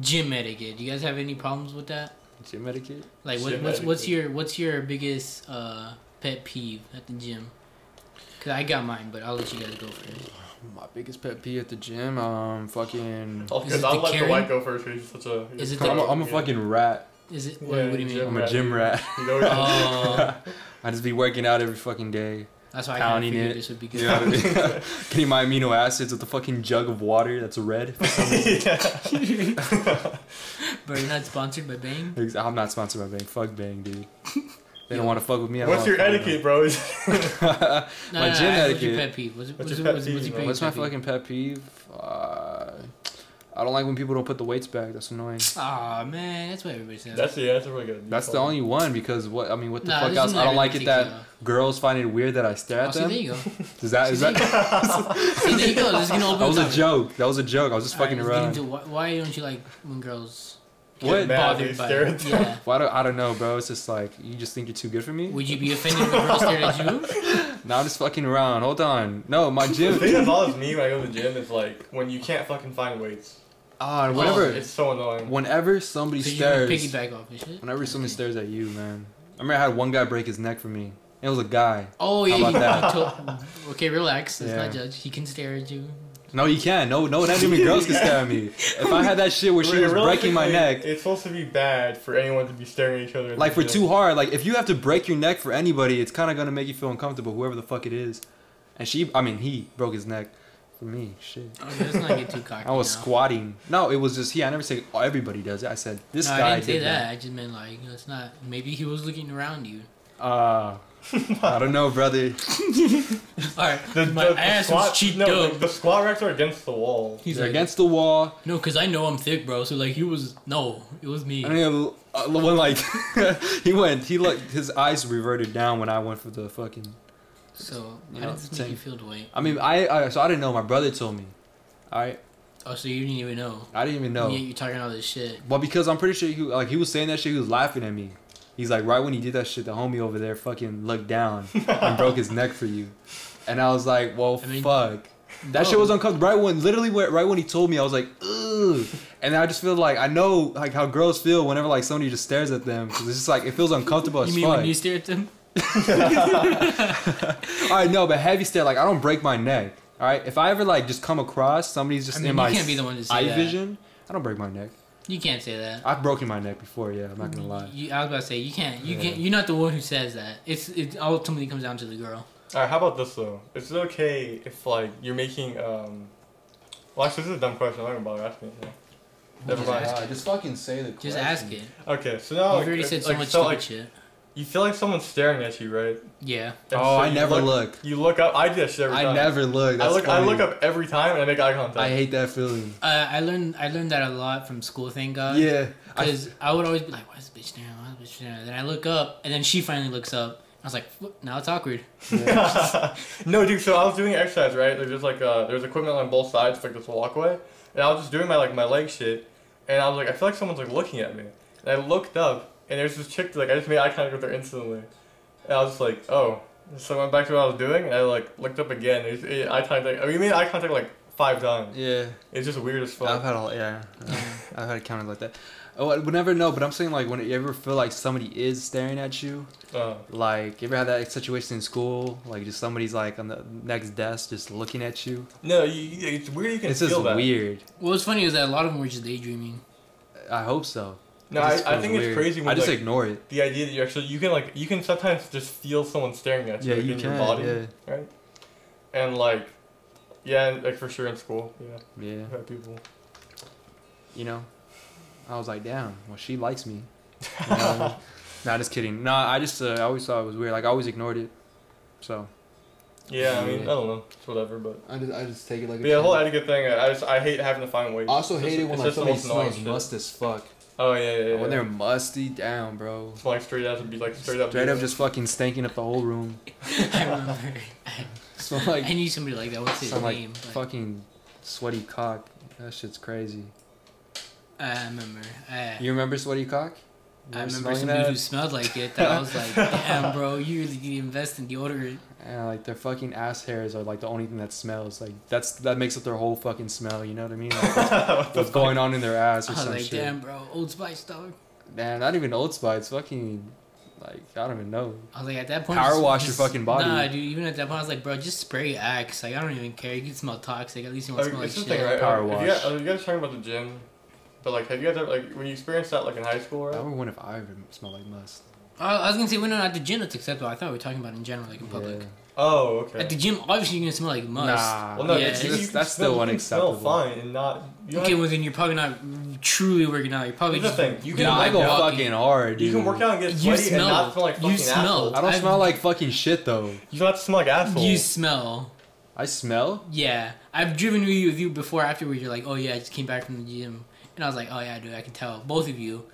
[SPEAKER 2] gym etiquette. Do you guys have any problems with that?
[SPEAKER 1] Gym etiquette?
[SPEAKER 2] Like, what,
[SPEAKER 3] Gym
[SPEAKER 2] what's what's
[SPEAKER 3] etiquette.
[SPEAKER 2] your what's your biggest uh pet peeve at the gym? Cause I got mine, but I'll let you guys go first.
[SPEAKER 1] My biggest pet peeve at the gym, um, fucking.
[SPEAKER 3] Oh,
[SPEAKER 2] Is
[SPEAKER 3] because
[SPEAKER 2] it
[SPEAKER 3] I'll
[SPEAKER 2] the
[SPEAKER 3] let the
[SPEAKER 2] Karen?
[SPEAKER 3] white go first. 'cause He's such a.
[SPEAKER 2] Is it the-
[SPEAKER 1] I'm a, I'm a fucking rat.
[SPEAKER 2] Is it?
[SPEAKER 3] Yeah,
[SPEAKER 2] what, what do you mean?
[SPEAKER 3] gym
[SPEAKER 1] I'm a gym rat.
[SPEAKER 3] You know,
[SPEAKER 2] Oh,
[SPEAKER 1] I just be working out every fucking day.
[SPEAKER 2] that's why I kind
[SPEAKER 1] Pounding
[SPEAKER 2] of figured
[SPEAKER 1] it.
[SPEAKER 2] this would be good.
[SPEAKER 1] You know what I mean? Getting my amino acids with a fucking jug of water that's red.
[SPEAKER 2] But you're not sponsored by Bang.
[SPEAKER 1] I'm not sponsored by Bang. Fuck Bang, dude. They don't want to fuck with me. I don't
[SPEAKER 3] What's
[SPEAKER 1] wanna
[SPEAKER 3] your
[SPEAKER 1] fuck with
[SPEAKER 3] etiquette, bro? Is-
[SPEAKER 1] them.
[SPEAKER 2] No,
[SPEAKER 1] My
[SPEAKER 2] no, no,
[SPEAKER 1] gym
[SPEAKER 2] I- What's your
[SPEAKER 1] etiquette.
[SPEAKER 2] pet peeve? What's, what's,
[SPEAKER 3] What's your
[SPEAKER 2] your-
[SPEAKER 3] pet
[SPEAKER 2] what's,
[SPEAKER 3] peeve,
[SPEAKER 2] what's your
[SPEAKER 3] bro?
[SPEAKER 2] biggest
[SPEAKER 1] What's my
[SPEAKER 2] pet peeve?
[SPEAKER 1] fucking pet peeve? Uh, I don't like when people don't put the weights back. That's annoying.
[SPEAKER 2] Aw man, that's what everybody says.
[SPEAKER 3] that's yeah, that's a really good.
[SPEAKER 1] That's the only one because what I mean, what the
[SPEAKER 2] Nah,
[SPEAKER 1] fuck
[SPEAKER 2] this
[SPEAKER 1] else?
[SPEAKER 2] isn't
[SPEAKER 1] I don't like
[SPEAKER 2] everything
[SPEAKER 1] it
[SPEAKER 2] that
[SPEAKER 1] that
[SPEAKER 2] you
[SPEAKER 1] girls find it weird that I stare
[SPEAKER 2] Oh,
[SPEAKER 1] at
[SPEAKER 2] see, there
[SPEAKER 1] them.
[SPEAKER 2] you go.
[SPEAKER 1] Is that is that? That
[SPEAKER 2] See, there you go. This is gonna open
[SPEAKER 1] was
[SPEAKER 2] the
[SPEAKER 1] a
[SPEAKER 2] topic.
[SPEAKER 1] joke. That was a joke. I was just
[SPEAKER 2] All right,
[SPEAKER 1] fucking
[SPEAKER 2] let's get
[SPEAKER 1] around.
[SPEAKER 2] into why, why don't you like when girls
[SPEAKER 3] get
[SPEAKER 1] What?
[SPEAKER 3] mad
[SPEAKER 2] bothered
[SPEAKER 3] if they
[SPEAKER 2] by
[SPEAKER 3] stare at
[SPEAKER 2] it.
[SPEAKER 3] them.
[SPEAKER 2] Yeah.
[SPEAKER 1] Well, I don't, I don't know, bro. It's just like you just think you're too good for me.
[SPEAKER 2] Would you be offended if a girl stared at you?
[SPEAKER 1] Now I'm just fucking around. Hold on. No, my
[SPEAKER 3] The thing
[SPEAKER 1] gym.
[SPEAKER 3] that bothers me when I go to the gym is like when you can't fucking find weights.
[SPEAKER 1] Ah,
[SPEAKER 2] Oh,
[SPEAKER 1] whenever,
[SPEAKER 3] It's so annoying.
[SPEAKER 1] whenever somebody
[SPEAKER 2] Because you can
[SPEAKER 1] stares,
[SPEAKER 2] piggyback off and shit.
[SPEAKER 1] whenever somebody stares at you, man. I remember I had one guy break his neck for me. It was a guy.
[SPEAKER 2] Oh
[SPEAKER 1] How
[SPEAKER 2] yeah.
[SPEAKER 1] about
[SPEAKER 2] you to- okay, relax. Let's
[SPEAKER 1] Yeah.
[SPEAKER 2] not judge. He can stare at you.
[SPEAKER 1] No, you can't. No, no, not even girls can stare at me. If I had that shit where she was breaking my
[SPEAKER 3] Realistically,
[SPEAKER 1] neck,
[SPEAKER 3] It's supposed to be bad for anyone to be staring at each other. at
[SPEAKER 1] like
[SPEAKER 3] the
[SPEAKER 1] for
[SPEAKER 3] gym.
[SPEAKER 1] too hard, like if you have to break your neck for anybody, it's kind of gonna make you feel uncomfortable, whoever the fuck it is. And she, I mean, he broke his neck for me. Shit.
[SPEAKER 2] Okay, Oh, let's not get too cocky.
[SPEAKER 1] I was
[SPEAKER 2] now.
[SPEAKER 1] squatting. No, it was just he. I never said oh, everybody does it. I said this
[SPEAKER 2] no,
[SPEAKER 1] guy
[SPEAKER 2] I didn't say
[SPEAKER 1] did
[SPEAKER 2] that. I just meant like you know, it's not. Maybe he was looking around you.
[SPEAKER 1] that. Uh, I don't know, brother.
[SPEAKER 2] All right,
[SPEAKER 3] The,
[SPEAKER 2] my
[SPEAKER 3] the, the
[SPEAKER 2] ass
[SPEAKER 3] squat,
[SPEAKER 2] was cheeked
[SPEAKER 3] no,
[SPEAKER 2] up.
[SPEAKER 3] The, the squat racks are against the wall.
[SPEAKER 2] He's
[SPEAKER 1] They're
[SPEAKER 2] like,
[SPEAKER 1] against the wall.
[SPEAKER 2] no, because I know I'm thick, bro. So like, he was no, it was me.
[SPEAKER 1] I mean, uh, when like he went, he looked. His eyes reverted down when I went for the fucking.
[SPEAKER 2] So
[SPEAKER 1] You
[SPEAKER 2] how
[SPEAKER 1] know,
[SPEAKER 2] did this make
[SPEAKER 1] same.
[SPEAKER 2] you feel, Dwayne?
[SPEAKER 1] I mean, I, I so I didn't know. My brother told me. All right,
[SPEAKER 2] Oh, so you didn't even know?
[SPEAKER 1] I didn't even know.
[SPEAKER 2] Yeah, you're talking all this shit.
[SPEAKER 1] But because I'm pretty sure he like he was saying that shit, he was laughing at me. He's like, right when he did that shit, the homie over there fucking looked down and broke his neck for you. And I was like, well,
[SPEAKER 2] I mean,
[SPEAKER 1] fuck. That
[SPEAKER 2] Bro,
[SPEAKER 1] shit was uncomfortable. Right when, literally, when- right when he told me, I was like, ugh. And I just feel like I know like how girls feel whenever like somebody just stares at them because it's just like it feels uncomfortable
[SPEAKER 2] You
[SPEAKER 1] as
[SPEAKER 2] mean
[SPEAKER 1] fuck.
[SPEAKER 2] when you stare at them?
[SPEAKER 1] All right, no, but heavy stare like I don't break my neck. All right, if I ever like just come across somebody's just
[SPEAKER 2] I mean,
[SPEAKER 1] in
[SPEAKER 2] you
[SPEAKER 1] my
[SPEAKER 2] can't be the one to say
[SPEAKER 1] eye
[SPEAKER 2] that.
[SPEAKER 1] vision, I don't break my neck.
[SPEAKER 2] You can't say that.
[SPEAKER 1] I've broken my neck before. Yeah, I'm not gonna lie.
[SPEAKER 2] You, I was about to say you can't. You
[SPEAKER 1] Yeah.
[SPEAKER 2] can't. You're not the one who says that. It's it ultimately comes down to the girl.
[SPEAKER 3] Alright, how about this though? Is it okay if like you're making um? Well, actually, this is a dumb question. I'm not gonna bother asking it. now. Never
[SPEAKER 2] Just
[SPEAKER 3] mind.
[SPEAKER 2] ask
[SPEAKER 1] Uh,
[SPEAKER 2] it.
[SPEAKER 1] just fucking say the
[SPEAKER 2] Just ask it.
[SPEAKER 3] Okay, so now
[SPEAKER 2] You've already
[SPEAKER 3] Oh, like,
[SPEAKER 2] said
[SPEAKER 3] it's,
[SPEAKER 2] so
[SPEAKER 3] like,
[SPEAKER 2] much
[SPEAKER 3] so,
[SPEAKER 2] stupid
[SPEAKER 3] like,
[SPEAKER 2] shit.
[SPEAKER 3] you feel like someone's staring at you, right?
[SPEAKER 2] Yeah.
[SPEAKER 3] And
[SPEAKER 1] Oh,
[SPEAKER 3] so
[SPEAKER 1] I
[SPEAKER 3] you
[SPEAKER 1] never look.
[SPEAKER 3] You look up. I do that shit every
[SPEAKER 1] I
[SPEAKER 3] time.
[SPEAKER 1] never look.
[SPEAKER 3] I
[SPEAKER 1] That's
[SPEAKER 3] look. I
[SPEAKER 1] funny.
[SPEAKER 3] look up every time and I make eye contact.
[SPEAKER 1] I hate that feeling.
[SPEAKER 2] Uh, I learned I learned that a lot from school. Thank God.
[SPEAKER 1] yeah. I,
[SPEAKER 2] Because I, would always be like, "Why is this bitch staring? Why is this bitch staring?" Then I look up, and then she finally looks up. I was like, "Fuck, "Now it's awkward."
[SPEAKER 1] yeah.
[SPEAKER 3] no, dude. So I was doing exercise, right? There's just like uh, there's equipment on both sides, of, like this walkway, and I was just doing my like my leg shit, and I was like, I feel like someone's like looking at me, and I looked up, and there's this chick like I just made eye contact with her instantly, and I was just like, oh. So I went back to what I was doing, and I like looked up again. It's, it, eye contact. I mean, we made eye contact like five times.
[SPEAKER 1] yeah.
[SPEAKER 3] It's just weird as
[SPEAKER 1] I've
[SPEAKER 3] fuck.
[SPEAKER 1] had all. Yeah. I've had counted like that. Oh, I would never know. But I'm saying like when you ever feel like somebody is staring at you,
[SPEAKER 3] Uh,
[SPEAKER 1] like you ever had that situation in school, like just somebody's like on the next desk just looking at you.
[SPEAKER 3] no, you, you- it's weird. You can
[SPEAKER 1] It's just
[SPEAKER 3] feel that.
[SPEAKER 1] weird.
[SPEAKER 2] What was funny was that a lot of them were just daydreaming.
[SPEAKER 1] I hope so.
[SPEAKER 3] No,
[SPEAKER 1] It just
[SPEAKER 3] I, I
[SPEAKER 1] feels
[SPEAKER 3] think
[SPEAKER 1] weird.
[SPEAKER 3] it's crazy when
[SPEAKER 1] I just
[SPEAKER 3] like,
[SPEAKER 1] ignore it.
[SPEAKER 3] the idea that you actually you can like you can sometimes just feel someone staring at you
[SPEAKER 1] Yeah,
[SPEAKER 3] like,
[SPEAKER 1] you
[SPEAKER 3] in
[SPEAKER 1] can.
[SPEAKER 3] your body.
[SPEAKER 1] Yeah.
[SPEAKER 3] right? And like, yeah, and, like for sure in school, yeah,
[SPEAKER 1] Yeah.
[SPEAKER 3] I've had people.
[SPEAKER 1] you know, I was like, damn, well, she likes me. You know what I mean? nah, just kidding. Nah, I just, uh, I always thought it was weird. Like, I always ignored it. So.
[SPEAKER 3] Yeah, I mean, I
[SPEAKER 1] Yeah.
[SPEAKER 3] don't know, it's whatever, but.
[SPEAKER 1] I just, I just take it like
[SPEAKER 3] But yeah, the whole etiquette thing, I I just I hate having to find ways. It's just- it's just the most annoying shit.
[SPEAKER 1] as fuck.
[SPEAKER 3] Oh yeah, yeah, yeah.
[SPEAKER 1] When
[SPEAKER 3] yeah.
[SPEAKER 1] they're musty, down, bro.
[SPEAKER 3] It's like straight up and be like straight up.
[SPEAKER 1] Straight up, just fucking stanking up the whole room.
[SPEAKER 2] I remember.
[SPEAKER 1] Smell
[SPEAKER 2] I
[SPEAKER 1] like,
[SPEAKER 2] knew somebody like that. What's his
[SPEAKER 1] smell like
[SPEAKER 2] name? But
[SPEAKER 1] fucking sweaty cock. That shit's crazy.
[SPEAKER 2] I remember. I,
[SPEAKER 1] You remember sweaty cock?
[SPEAKER 2] I remember
[SPEAKER 1] smelling
[SPEAKER 2] somebody who smelled like it. That I was like, "Damn, bro, you really need to invest in deodorant."
[SPEAKER 1] And like their fucking ass hairs are like the only thing that smells. Like that's that makes up their whole fucking smell. You know what I mean? Like,
[SPEAKER 3] What the
[SPEAKER 1] what's going on in their ass
[SPEAKER 2] I
[SPEAKER 1] or
[SPEAKER 2] was
[SPEAKER 1] some
[SPEAKER 2] like,
[SPEAKER 1] shit.
[SPEAKER 2] "Damn, bro, Old Spice dog."
[SPEAKER 1] Damn, not even Old Spice. Fucking, like I don't even know.
[SPEAKER 2] I was like, at that point,
[SPEAKER 1] Power
[SPEAKER 2] just-
[SPEAKER 1] wash your
[SPEAKER 2] just-
[SPEAKER 1] fucking body.
[SPEAKER 2] Nah, dude. Even at that point, I was like, "Bro, just spray Axe. Like, I don't even care. You can smell toxic. At least you
[SPEAKER 3] I
[SPEAKER 2] won't
[SPEAKER 3] mean,
[SPEAKER 2] smell like
[SPEAKER 3] it's the
[SPEAKER 2] shit."
[SPEAKER 3] thing, right?
[SPEAKER 1] Power
[SPEAKER 3] if
[SPEAKER 1] wash.
[SPEAKER 3] You guys, are you guys talking about the gym? But like, have you guys ever like when you experienced that like in high school,
[SPEAKER 1] I
[SPEAKER 3] right?
[SPEAKER 1] would wonder if I ever smelled like must.
[SPEAKER 2] I, I was gonna say, when not at the gym, it's acceptable. I thought we were talking about in general, like in public.
[SPEAKER 3] Oh, okay.
[SPEAKER 2] At the gym, obviously, you're gonna smell like must.
[SPEAKER 1] Nah,
[SPEAKER 3] well, no,
[SPEAKER 2] Yeah,
[SPEAKER 3] it's,
[SPEAKER 2] it's-
[SPEAKER 3] you
[SPEAKER 1] that's,
[SPEAKER 3] can
[SPEAKER 1] that's
[SPEAKER 3] smell-
[SPEAKER 1] still
[SPEAKER 3] you can smell
[SPEAKER 1] unacceptable.
[SPEAKER 3] Fine and not. You don't
[SPEAKER 2] Okay,
[SPEAKER 3] have-
[SPEAKER 2] well then you're probably not truly working out. You're probably
[SPEAKER 3] Here's
[SPEAKER 2] just
[SPEAKER 3] the thing, you
[SPEAKER 1] You
[SPEAKER 3] can
[SPEAKER 1] can I
[SPEAKER 3] work
[SPEAKER 1] go
[SPEAKER 2] walking.
[SPEAKER 1] fucking hard, dude.
[SPEAKER 3] You can work out and get
[SPEAKER 2] You
[SPEAKER 3] sweaty
[SPEAKER 2] smell.
[SPEAKER 3] and not smell like fucking
[SPEAKER 2] You smell.
[SPEAKER 1] I don't
[SPEAKER 2] I've-
[SPEAKER 1] smell like fucking shit though.
[SPEAKER 3] asshole. You don't have to smell like asshole.
[SPEAKER 2] You smell.
[SPEAKER 1] I smell.
[SPEAKER 2] Yeah, I've driven with you, with you before. Afterwards, you're like, oh yeah, I just came back from the gym, and I was like, oh yeah, dude, I can tell both of you.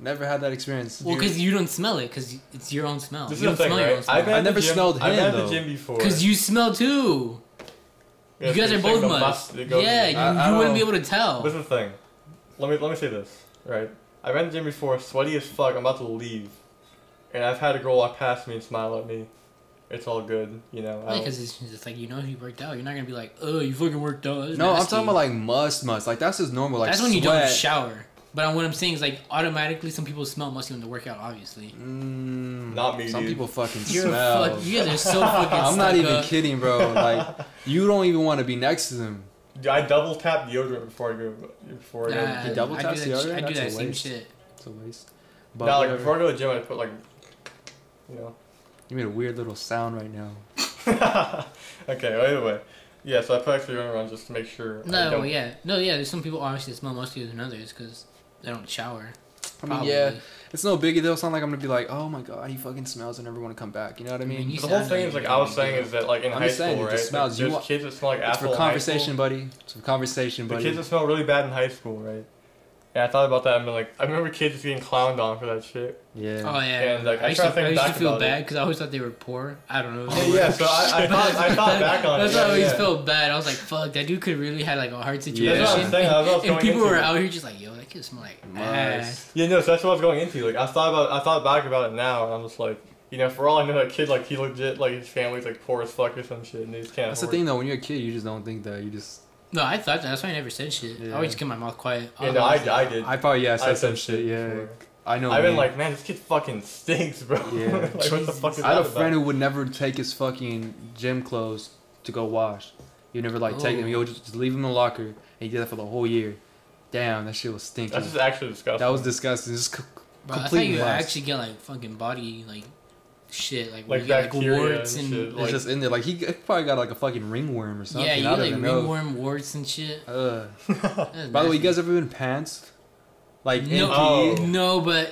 [SPEAKER 1] Never had that experience.
[SPEAKER 2] Well, because you don't smell it, because it's your own smell.
[SPEAKER 3] this
[SPEAKER 2] you
[SPEAKER 3] is the
[SPEAKER 2] don't
[SPEAKER 3] thing,
[SPEAKER 2] smell your own
[SPEAKER 3] right? I've
[SPEAKER 2] smell.
[SPEAKER 3] been at
[SPEAKER 1] I never
[SPEAKER 3] the gym,
[SPEAKER 1] smelled
[SPEAKER 3] I've been
[SPEAKER 1] him,
[SPEAKER 3] at the
[SPEAKER 1] though.
[SPEAKER 3] gym before.
[SPEAKER 2] Because you smell too.
[SPEAKER 3] Yeah,
[SPEAKER 2] you guys
[SPEAKER 3] so
[SPEAKER 2] are
[SPEAKER 3] it's like
[SPEAKER 2] both
[SPEAKER 3] the
[SPEAKER 2] must.
[SPEAKER 3] bus that goes-
[SPEAKER 2] Yeah, you,
[SPEAKER 1] I- I
[SPEAKER 2] you
[SPEAKER 1] don't-
[SPEAKER 2] wouldn't be able to
[SPEAKER 3] This
[SPEAKER 2] tell.
[SPEAKER 3] is the thing. Let me let me say this. right? I ran to the gym before, sweaty as fuck. I'm about to leave, and I've had a girl walk past me and smile at me. It's all good, you know. I don't-
[SPEAKER 2] Because it's just like you know if you worked out, you're not gonna be like, oh, you fucking worked out. that's
[SPEAKER 1] No, I'm
[SPEAKER 2] nasty."
[SPEAKER 1] talking about like must, must. Like that's just normal. Like
[SPEAKER 2] that's when you
[SPEAKER 1] sweat.
[SPEAKER 2] don't shower. But I'm- what I'm saying is like automatically some people smell musty when they work out. Obviously,
[SPEAKER 1] Mm,
[SPEAKER 3] Not me,
[SPEAKER 1] Some
[SPEAKER 3] dude.
[SPEAKER 1] people fucking
[SPEAKER 2] you're
[SPEAKER 1] smell.
[SPEAKER 2] fuck, you guys are so fucking.
[SPEAKER 1] I'm not
[SPEAKER 2] stuck
[SPEAKER 1] even
[SPEAKER 2] up.
[SPEAKER 1] kidding, bro. Like you don't even want to be next to them.
[SPEAKER 3] Dude, I double tap deodorant before I go before I go. to
[SPEAKER 2] Nah,
[SPEAKER 3] the gym.
[SPEAKER 1] double
[SPEAKER 2] I do
[SPEAKER 1] taps
[SPEAKER 2] that
[SPEAKER 1] the
[SPEAKER 2] sh-
[SPEAKER 1] other?
[SPEAKER 2] I do
[SPEAKER 1] That's a
[SPEAKER 2] that same
[SPEAKER 1] waste.
[SPEAKER 2] shit.
[SPEAKER 1] It's a waste. But
[SPEAKER 3] Nah, like
[SPEAKER 1] whatever.
[SPEAKER 3] before I go to the gym, I put like, you know.
[SPEAKER 1] you made a weird little sound right now.
[SPEAKER 3] okay. Well, either way, yeah. So I put extra deodorant on just to make sure. I
[SPEAKER 2] No,
[SPEAKER 3] don't,
[SPEAKER 2] yeah, no, yeah. There's some people obviously that smell mustier than others because they don't shower.
[SPEAKER 1] I mean, yeah, it's no biggie though. It's not like I'm gonna be like, oh my god, he fucking smells. I never want to come back. You know what I
[SPEAKER 2] I mean,
[SPEAKER 1] mean?
[SPEAKER 2] you
[SPEAKER 3] The whole
[SPEAKER 2] sound
[SPEAKER 3] thing
[SPEAKER 2] like
[SPEAKER 3] is like
[SPEAKER 2] you
[SPEAKER 3] I was
[SPEAKER 2] do.
[SPEAKER 3] saying is that like in
[SPEAKER 1] I'm
[SPEAKER 3] high
[SPEAKER 1] just saying,
[SPEAKER 3] school,
[SPEAKER 1] it
[SPEAKER 3] right?
[SPEAKER 1] just smells.
[SPEAKER 3] Like,
[SPEAKER 1] You
[SPEAKER 3] there's
[SPEAKER 1] want-
[SPEAKER 3] kids that smell like
[SPEAKER 1] it's
[SPEAKER 3] apple.
[SPEAKER 1] for
[SPEAKER 3] in high
[SPEAKER 1] conversation,
[SPEAKER 3] school.
[SPEAKER 1] buddy. It's for conversation,
[SPEAKER 3] The
[SPEAKER 1] buddy.
[SPEAKER 3] kids that smell really bad in high school, right? And I thought about that and been like, I remember kids getting clowned on for that shit.
[SPEAKER 1] yeah.
[SPEAKER 2] Oh yeah,
[SPEAKER 3] And, like, I
[SPEAKER 2] I used
[SPEAKER 3] try
[SPEAKER 2] to,
[SPEAKER 3] to think
[SPEAKER 2] I used
[SPEAKER 3] back
[SPEAKER 2] to feel
[SPEAKER 3] about it.
[SPEAKER 2] bad because I always thought they were poor. I don't know.
[SPEAKER 3] Yeah, yeah, so I, I thought I thought back on
[SPEAKER 2] That's
[SPEAKER 3] it.
[SPEAKER 2] why I
[SPEAKER 3] yeah,
[SPEAKER 2] always
[SPEAKER 3] yeah.
[SPEAKER 2] felt bad. I was like, "Fuck, that dude could really had like a hard situation."
[SPEAKER 1] That's what I'm
[SPEAKER 3] saying, that's what I was
[SPEAKER 2] and
[SPEAKER 3] going
[SPEAKER 2] people were
[SPEAKER 3] into.
[SPEAKER 2] out here just like, "Yo, that kid smell like ass."
[SPEAKER 1] Must.
[SPEAKER 3] Yeah, no, so that's what I was going into. Like I thought about I thought back about it now and I'm just like, you know, for all I know that kid like he legit like his family's like poor as fuck or some shit and they just can't
[SPEAKER 1] That's the
[SPEAKER 3] afford
[SPEAKER 1] thing though. When you're a kid, you just don't think that. You just
[SPEAKER 2] No, I thought that. That's why I never said shit.
[SPEAKER 1] Yeah.
[SPEAKER 2] I always kept my mouth quiet.
[SPEAKER 3] it. Yeah, no, I,
[SPEAKER 2] Otherwise,
[SPEAKER 3] I did.
[SPEAKER 1] I probably yeah I
[SPEAKER 3] I
[SPEAKER 1] said, some shit. Yeah,
[SPEAKER 3] before.
[SPEAKER 1] I know.
[SPEAKER 3] I've been
[SPEAKER 1] man.
[SPEAKER 3] like, man, this kid fucking stinks, bro.
[SPEAKER 1] Yeah.
[SPEAKER 3] like what the fuck is
[SPEAKER 1] I had
[SPEAKER 3] that
[SPEAKER 1] a
[SPEAKER 3] about?
[SPEAKER 1] friend who would never take his fucking gym clothes to go wash. He would never like take them. He
[SPEAKER 3] Oh.
[SPEAKER 1] would just, just leave them in the locker, and he did that for the whole year. Damn, that shit was stinking.
[SPEAKER 3] That's just actually disgusting.
[SPEAKER 1] That was disgusting. Just c-
[SPEAKER 2] Bro, I thought
[SPEAKER 1] complete
[SPEAKER 2] you
[SPEAKER 1] must.
[SPEAKER 2] actually get like fucking body like shit, like, where
[SPEAKER 3] Like
[SPEAKER 2] you get, like
[SPEAKER 3] bacteria
[SPEAKER 2] warts
[SPEAKER 3] and
[SPEAKER 2] and,
[SPEAKER 3] shit,
[SPEAKER 1] it's
[SPEAKER 3] like-
[SPEAKER 1] just in there. Like he g- probably got like a fucking ringworm or something.
[SPEAKER 2] yeah, you
[SPEAKER 1] I don't
[SPEAKER 2] get like
[SPEAKER 1] know.
[SPEAKER 2] ringworm warts and shit.
[SPEAKER 1] Ugh.
[SPEAKER 2] That's
[SPEAKER 1] uh, By the way, you
[SPEAKER 2] nasty.
[SPEAKER 1] guys ever been pants? Like E?
[SPEAKER 2] No,
[SPEAKER 1] NPE?
[SPEAKER 3] Oh.
[SPEAKER 2] no, but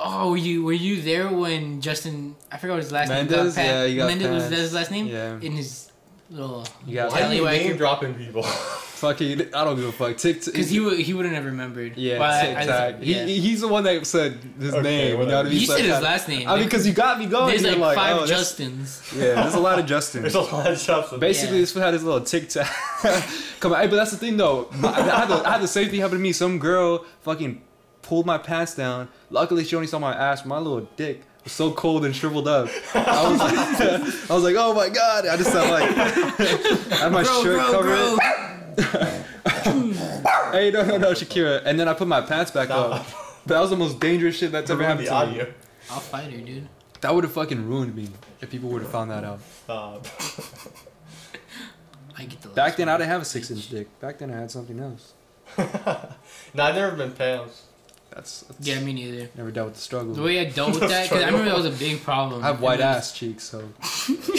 [SPEAKER 2] oh, were you were you there when Justin? I forgot what his last name.
[SPEAKER 1] Mendes?
[SPEAKER 2] Got
[SPEAKER 1] Yeah, you got
[SPEAKER 2] Mendes was that
[SPEAKER 1] passed.
[SPEAKER 2] his last name.
[SPEAKER 1] Yeah.
[SPEAKER 2] In his little
[SPEAKER 1] You got
[SPEAKER 3] Why are you name
[SPEAKER 2] alleyway,
[SPEAKER 3] dropping people?
[SPEAKER 1] fucking. I don't give a fuck. Tick. tick-
[SPEAKER 2] because he would he wouldn't have remembered.
[SPEAKER 1] Yeah,
[SPEAKER 2] But I-
[SPEAKER 1] Tic
[SPEAKER 2] I-
[SPEAKER 1] Tac. He-
[SPEAKER 2] yeah.
[SPEAKER 1] he- he's the one that said his
[SPEAKER 3] Okay,
[SPEAKER 1] name. You know
[SPEAKER 3] whatever.
[SPEAKER 1] what I mean?
[SPEAKER 2] You
[SPEAKER 1] So
[SPEAKER 2] said his
[SPEAKER 1] kinda-
[SPEAKER 2] last name.
[SPEAKER 1] I mean, because you got me going.
[SPEAKER 2] there's
[SPEAKER 1] you're
[SPEAKER 2] like, five
[SPEAKER 1] oh, that's-
[SPEAKER 2] Justins.
[SPEAKER 1] Yeah, there's a lot of
[SPEAKER 3] There's
[SPEAKER 1] Justins.
[SPEAKER 3] a lot of shops. in-
[SPEAKER 1] Basically,
[SPEAKER 2] Yeah.
[SPEAKER 1] this fool had his little tic tac. Come on, hey, but that's the thing though. My- I, had the, I had the same thing happen to me. Some girl fucking pulled my pants down. Luckily, she only saw my ass. My little dick was so cold and shriveled up. I was like, I was like, oh my god! I just felt like I had my
[SPEAKER 2] Bro,
[SPEAKER 1] shirt
[SPEAKER 2] bro,
[SPEAKER 1] covered.
[SPEAKER 2] bro.
[SPEAKER 1] Hey, no, no, no, Shakira. And then I put my pants back
[SPEAKER 3] Stop.
[SPEAKER 1] up. That was the most dangerous shit that's
[SPEAKER 3] Ruin
[SPEAKER 1] ever happened
[SPEAKER 3] the
[SPEAKER 1] to me.
[SPEAKER 3] audio.
[SPEAKER 2] I'll fight her, dude.
[SPEAKER 1] That would have fucking ruined me if people would have found that out.
[SPEAKER 3] Stop.
[SPEAKER 2] I get the.
[SPEAKER 1] Back
[SPEAKER 2] last
[SPEAKER 1] then, I
[SPEAKER 2] one.
[SPEAKER 1] didn't have a six inch dick. Back then, I had something else.
[SPEAKER 3] no, I've never been pants.
[SPEAKER 1] That's, that's
[SPEAKER 2] Yeah, me neither.
[SPEAKER 1] never dealt with the struggle.
[SPEAKER 2] The way I dealt with that, because I remember that was a big problem.
[SPEAKER 1] I have white
[SPEAKER 2] It was-
[SPEAKER 1] ass cheeks, so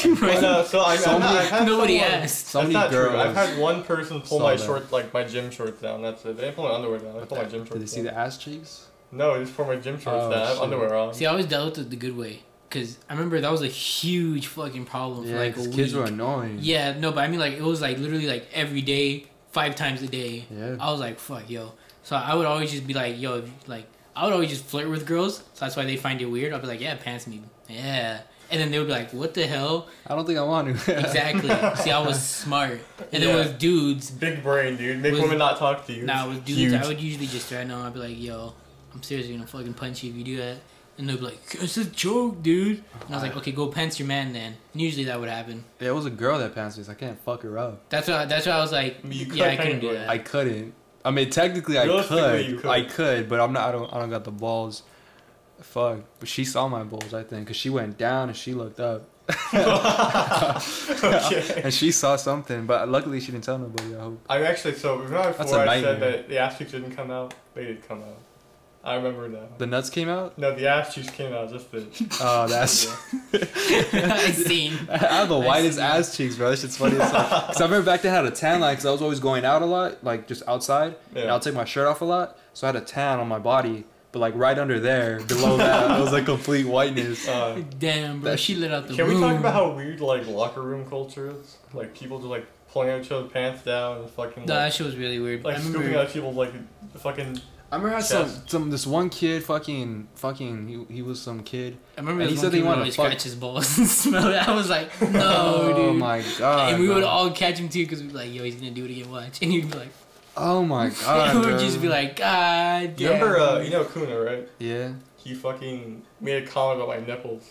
[SPEAKER 2] Right?
[SPEAKER 3] No, uh, so I,
[SPEAKER 1] So
[SPEAKER 3] I've,
[SPEAKER 1] many-
[SPEAKER 3] I've had
[SPEAKER 2] Nobody
[SPEAKER 3] someone,
[SPEAKER 2] asked.
[SPEAKER 1] so
[SPEAKER 3] that's
[SPEAKER 1] many
[SPEAKER 3] not
[SPEAKER 1] girls.
[SPEAKER 3] true. I've had one person pull
[SPEAKER 1] saw
[SPEAKER 3] my
[SPEAKER 1] that.
[SPEAKER 3] shorts, like my gym shorts down. That's it. They didn't pull my underwear down. They pulled my gym shorts.
[SPEAKER 1] Did they see
[SPEAKER 3] down.
[SPEAKER 1] the ass cheeks?
[SPEAKER 3] No, they just pulled my gym shorts
[SPEAKER 1] Oh,
[SPEAKER 3] down. I have
[SPEAKER 1] shit.
[SPEAKER 3] underwear on.
[SPEAKER 2] See, I always dealt with it the good way, because I remember that was a huge fucking problem
[SPEAKER 1] Yeah,
[SPEAKER 2] for like a
[SPEAKER 1] 'cause
[SPEAKER 2] week.
[SPEAKER 1] kids were annoying.
[SPEAKER 2] Yeah, no, but I mean, like, it was like literally like every day, five times a day.
[SPEAKER 1] Yeah.
[SPEAKER 2] I was like, fuck, yo. So I would always just be like, yo, if, like, I would always just flirt with girls. So that's why they find it weird. I'll be like, yeah, pants me. Yeah. And then they would be like, what the hell?
[SPEAKER 1] I don't think I want to.
[SPEAKER 2] Exactly. See, I was smart. And
[SPEAKER 3] Yeah.
[SPEAKER 2] then with dudes,
[SPEAKER 3] Big brain, dude. Make
[SPEAKER 2] Was-
[SPEAKER 3] women not talk to you.
[SPEAKER 2] nah, with dudes,
[SPEAKER 3] Huge.
[SPEAKER 2] I would usually just threaten them. I'd be like, yo, I'm seriously gonna fucking punch you if you do that. And they'd be like, it's a joke, dude. And I was like, okay, go pants your man then. And usually that would happen.
[SPEAKER 1] Yeah, it was a girl that passed me, so I can't fuck her up.
[SPEAKER 2] That's why. That's why I was like,
[SPEAKER 3] I mean, you
[SPEAKER 2] yeah, I
[SPEAKER 3] could
[SPEAKER 2] couldn't do
[SPEAKER 3] technically.
[SPEAKER 2] that.
[SPEAKER 1] I couldn't. I mean, technically, I
[SPEAKER 3] Realistically,
[SPEAKER 1] could.
[SPEAKER 3] you could.
[SPEAKER 1] I could, but I'm not. I don't. I don't got the balls. Fuck. But she saw my balls, I think, because she went down and she looked up,
[SPEAKER 3] okay.
[SPEAKER 1] and she saw something. But luckily, she didn't tell nobody. I hope.
[SPEAKER 3] I actually so remember
[SPEAKER 1] That's
[SPEAKER 3] before
[SPEAKER 1] a
[SPEAKER 3] I said
[SPEAKER 1] nightmare.
[SPEAKER 3] that the ass cheeks didn't come out. They did come out. I remember now.
[SPEAKER 1] The nuts came out.
[SPEAKER 3] No, the ass cheeks came out just the.
[SPEAKER 1] Oh, that's.
[SPEAKER 2] I seen.
[SPEAKER 1] I have the
[SPEAKER 2] I
[SPEAKER 1] whitest
[SPEAKER 2] see.
[SPEAKER 1] ass cheeks, bro. That shit's funny as fuck. 'Cause I remember back then I had a tan line because I was always going out a lot, like just outside. And
[SPEAKER 3] Yeah.
[SPEAKER 1] I'll take my shirt off a lot. So I had a tan on my body, but like right under there, below that, it was like complete whiteness.
[SPEAKER 3] Uh,
[SPEAKER 2] Damn, bro,
[SPEAKER 1] That
[SPEAKER 2] she lit out the
[SPEAKER 3] Can
[SPEAKER 2] room.
[SPEAKER 3] we talk about how weird like locker room culture is? Like people just like pulling out each other's pants down and fucking
[SPEAKER 2] No, that
[SPEAKER 3] like,
[SPEAKER 2] shit was really weird.
[SPEAKER 3] like
[SPEAKER 2] I
[SPEAKER 3] scooping
[SPEAKER 2] remember.
[SPEAKER 3] out people's like fucking
[SPEAKER 1] I remember I had
[SPEAKER 3] Chest.
[SPEAKER 1] some, some this one kid fucking fucking he, he was some kid.
[SPEAKER 2] I remember
[SPEAKER 1] And
[SPEAKER 2] this
[SPEAKER 1] he
[SPEAKER 2] one
[SPEAKER 1] said
[SPEAKER 2] kid
[SPEAKER 1] he
[SPEAKER 2] would
[SPEAKER 1] wanted
[SPEAKER 2] always
[SPEAKER 1] to fuck-
[SPEAKER 2] scratch his balls and smell it. I was like, no,
[SPEAKER 1] oh
[SPEAKER 2] dude.
[SPEAKER 1] my god.
[SPEAKER 2] and we would
[SPEAKER 1] bro.
[SPEAKER 2] all catch him too because we'd be like, yo, he's gonna do it again. Watch, and he'd be like,
[SPEAKER 1] Oh my
[SPEAKER 2] it
[SPEAKER 1] god.
[SPEAKER 2] would
[SPEAKER 1] bro.
[SPEAKER 2] just be like, God
[SPEAKER 3] You
[SPEAKER 2] damn.
[SPEAKER 3] remember, uh, you know Kuna, right?
[SPEAKER 1] Yeah.
[SPEAKER 3] He fucking made a comment about my nipples.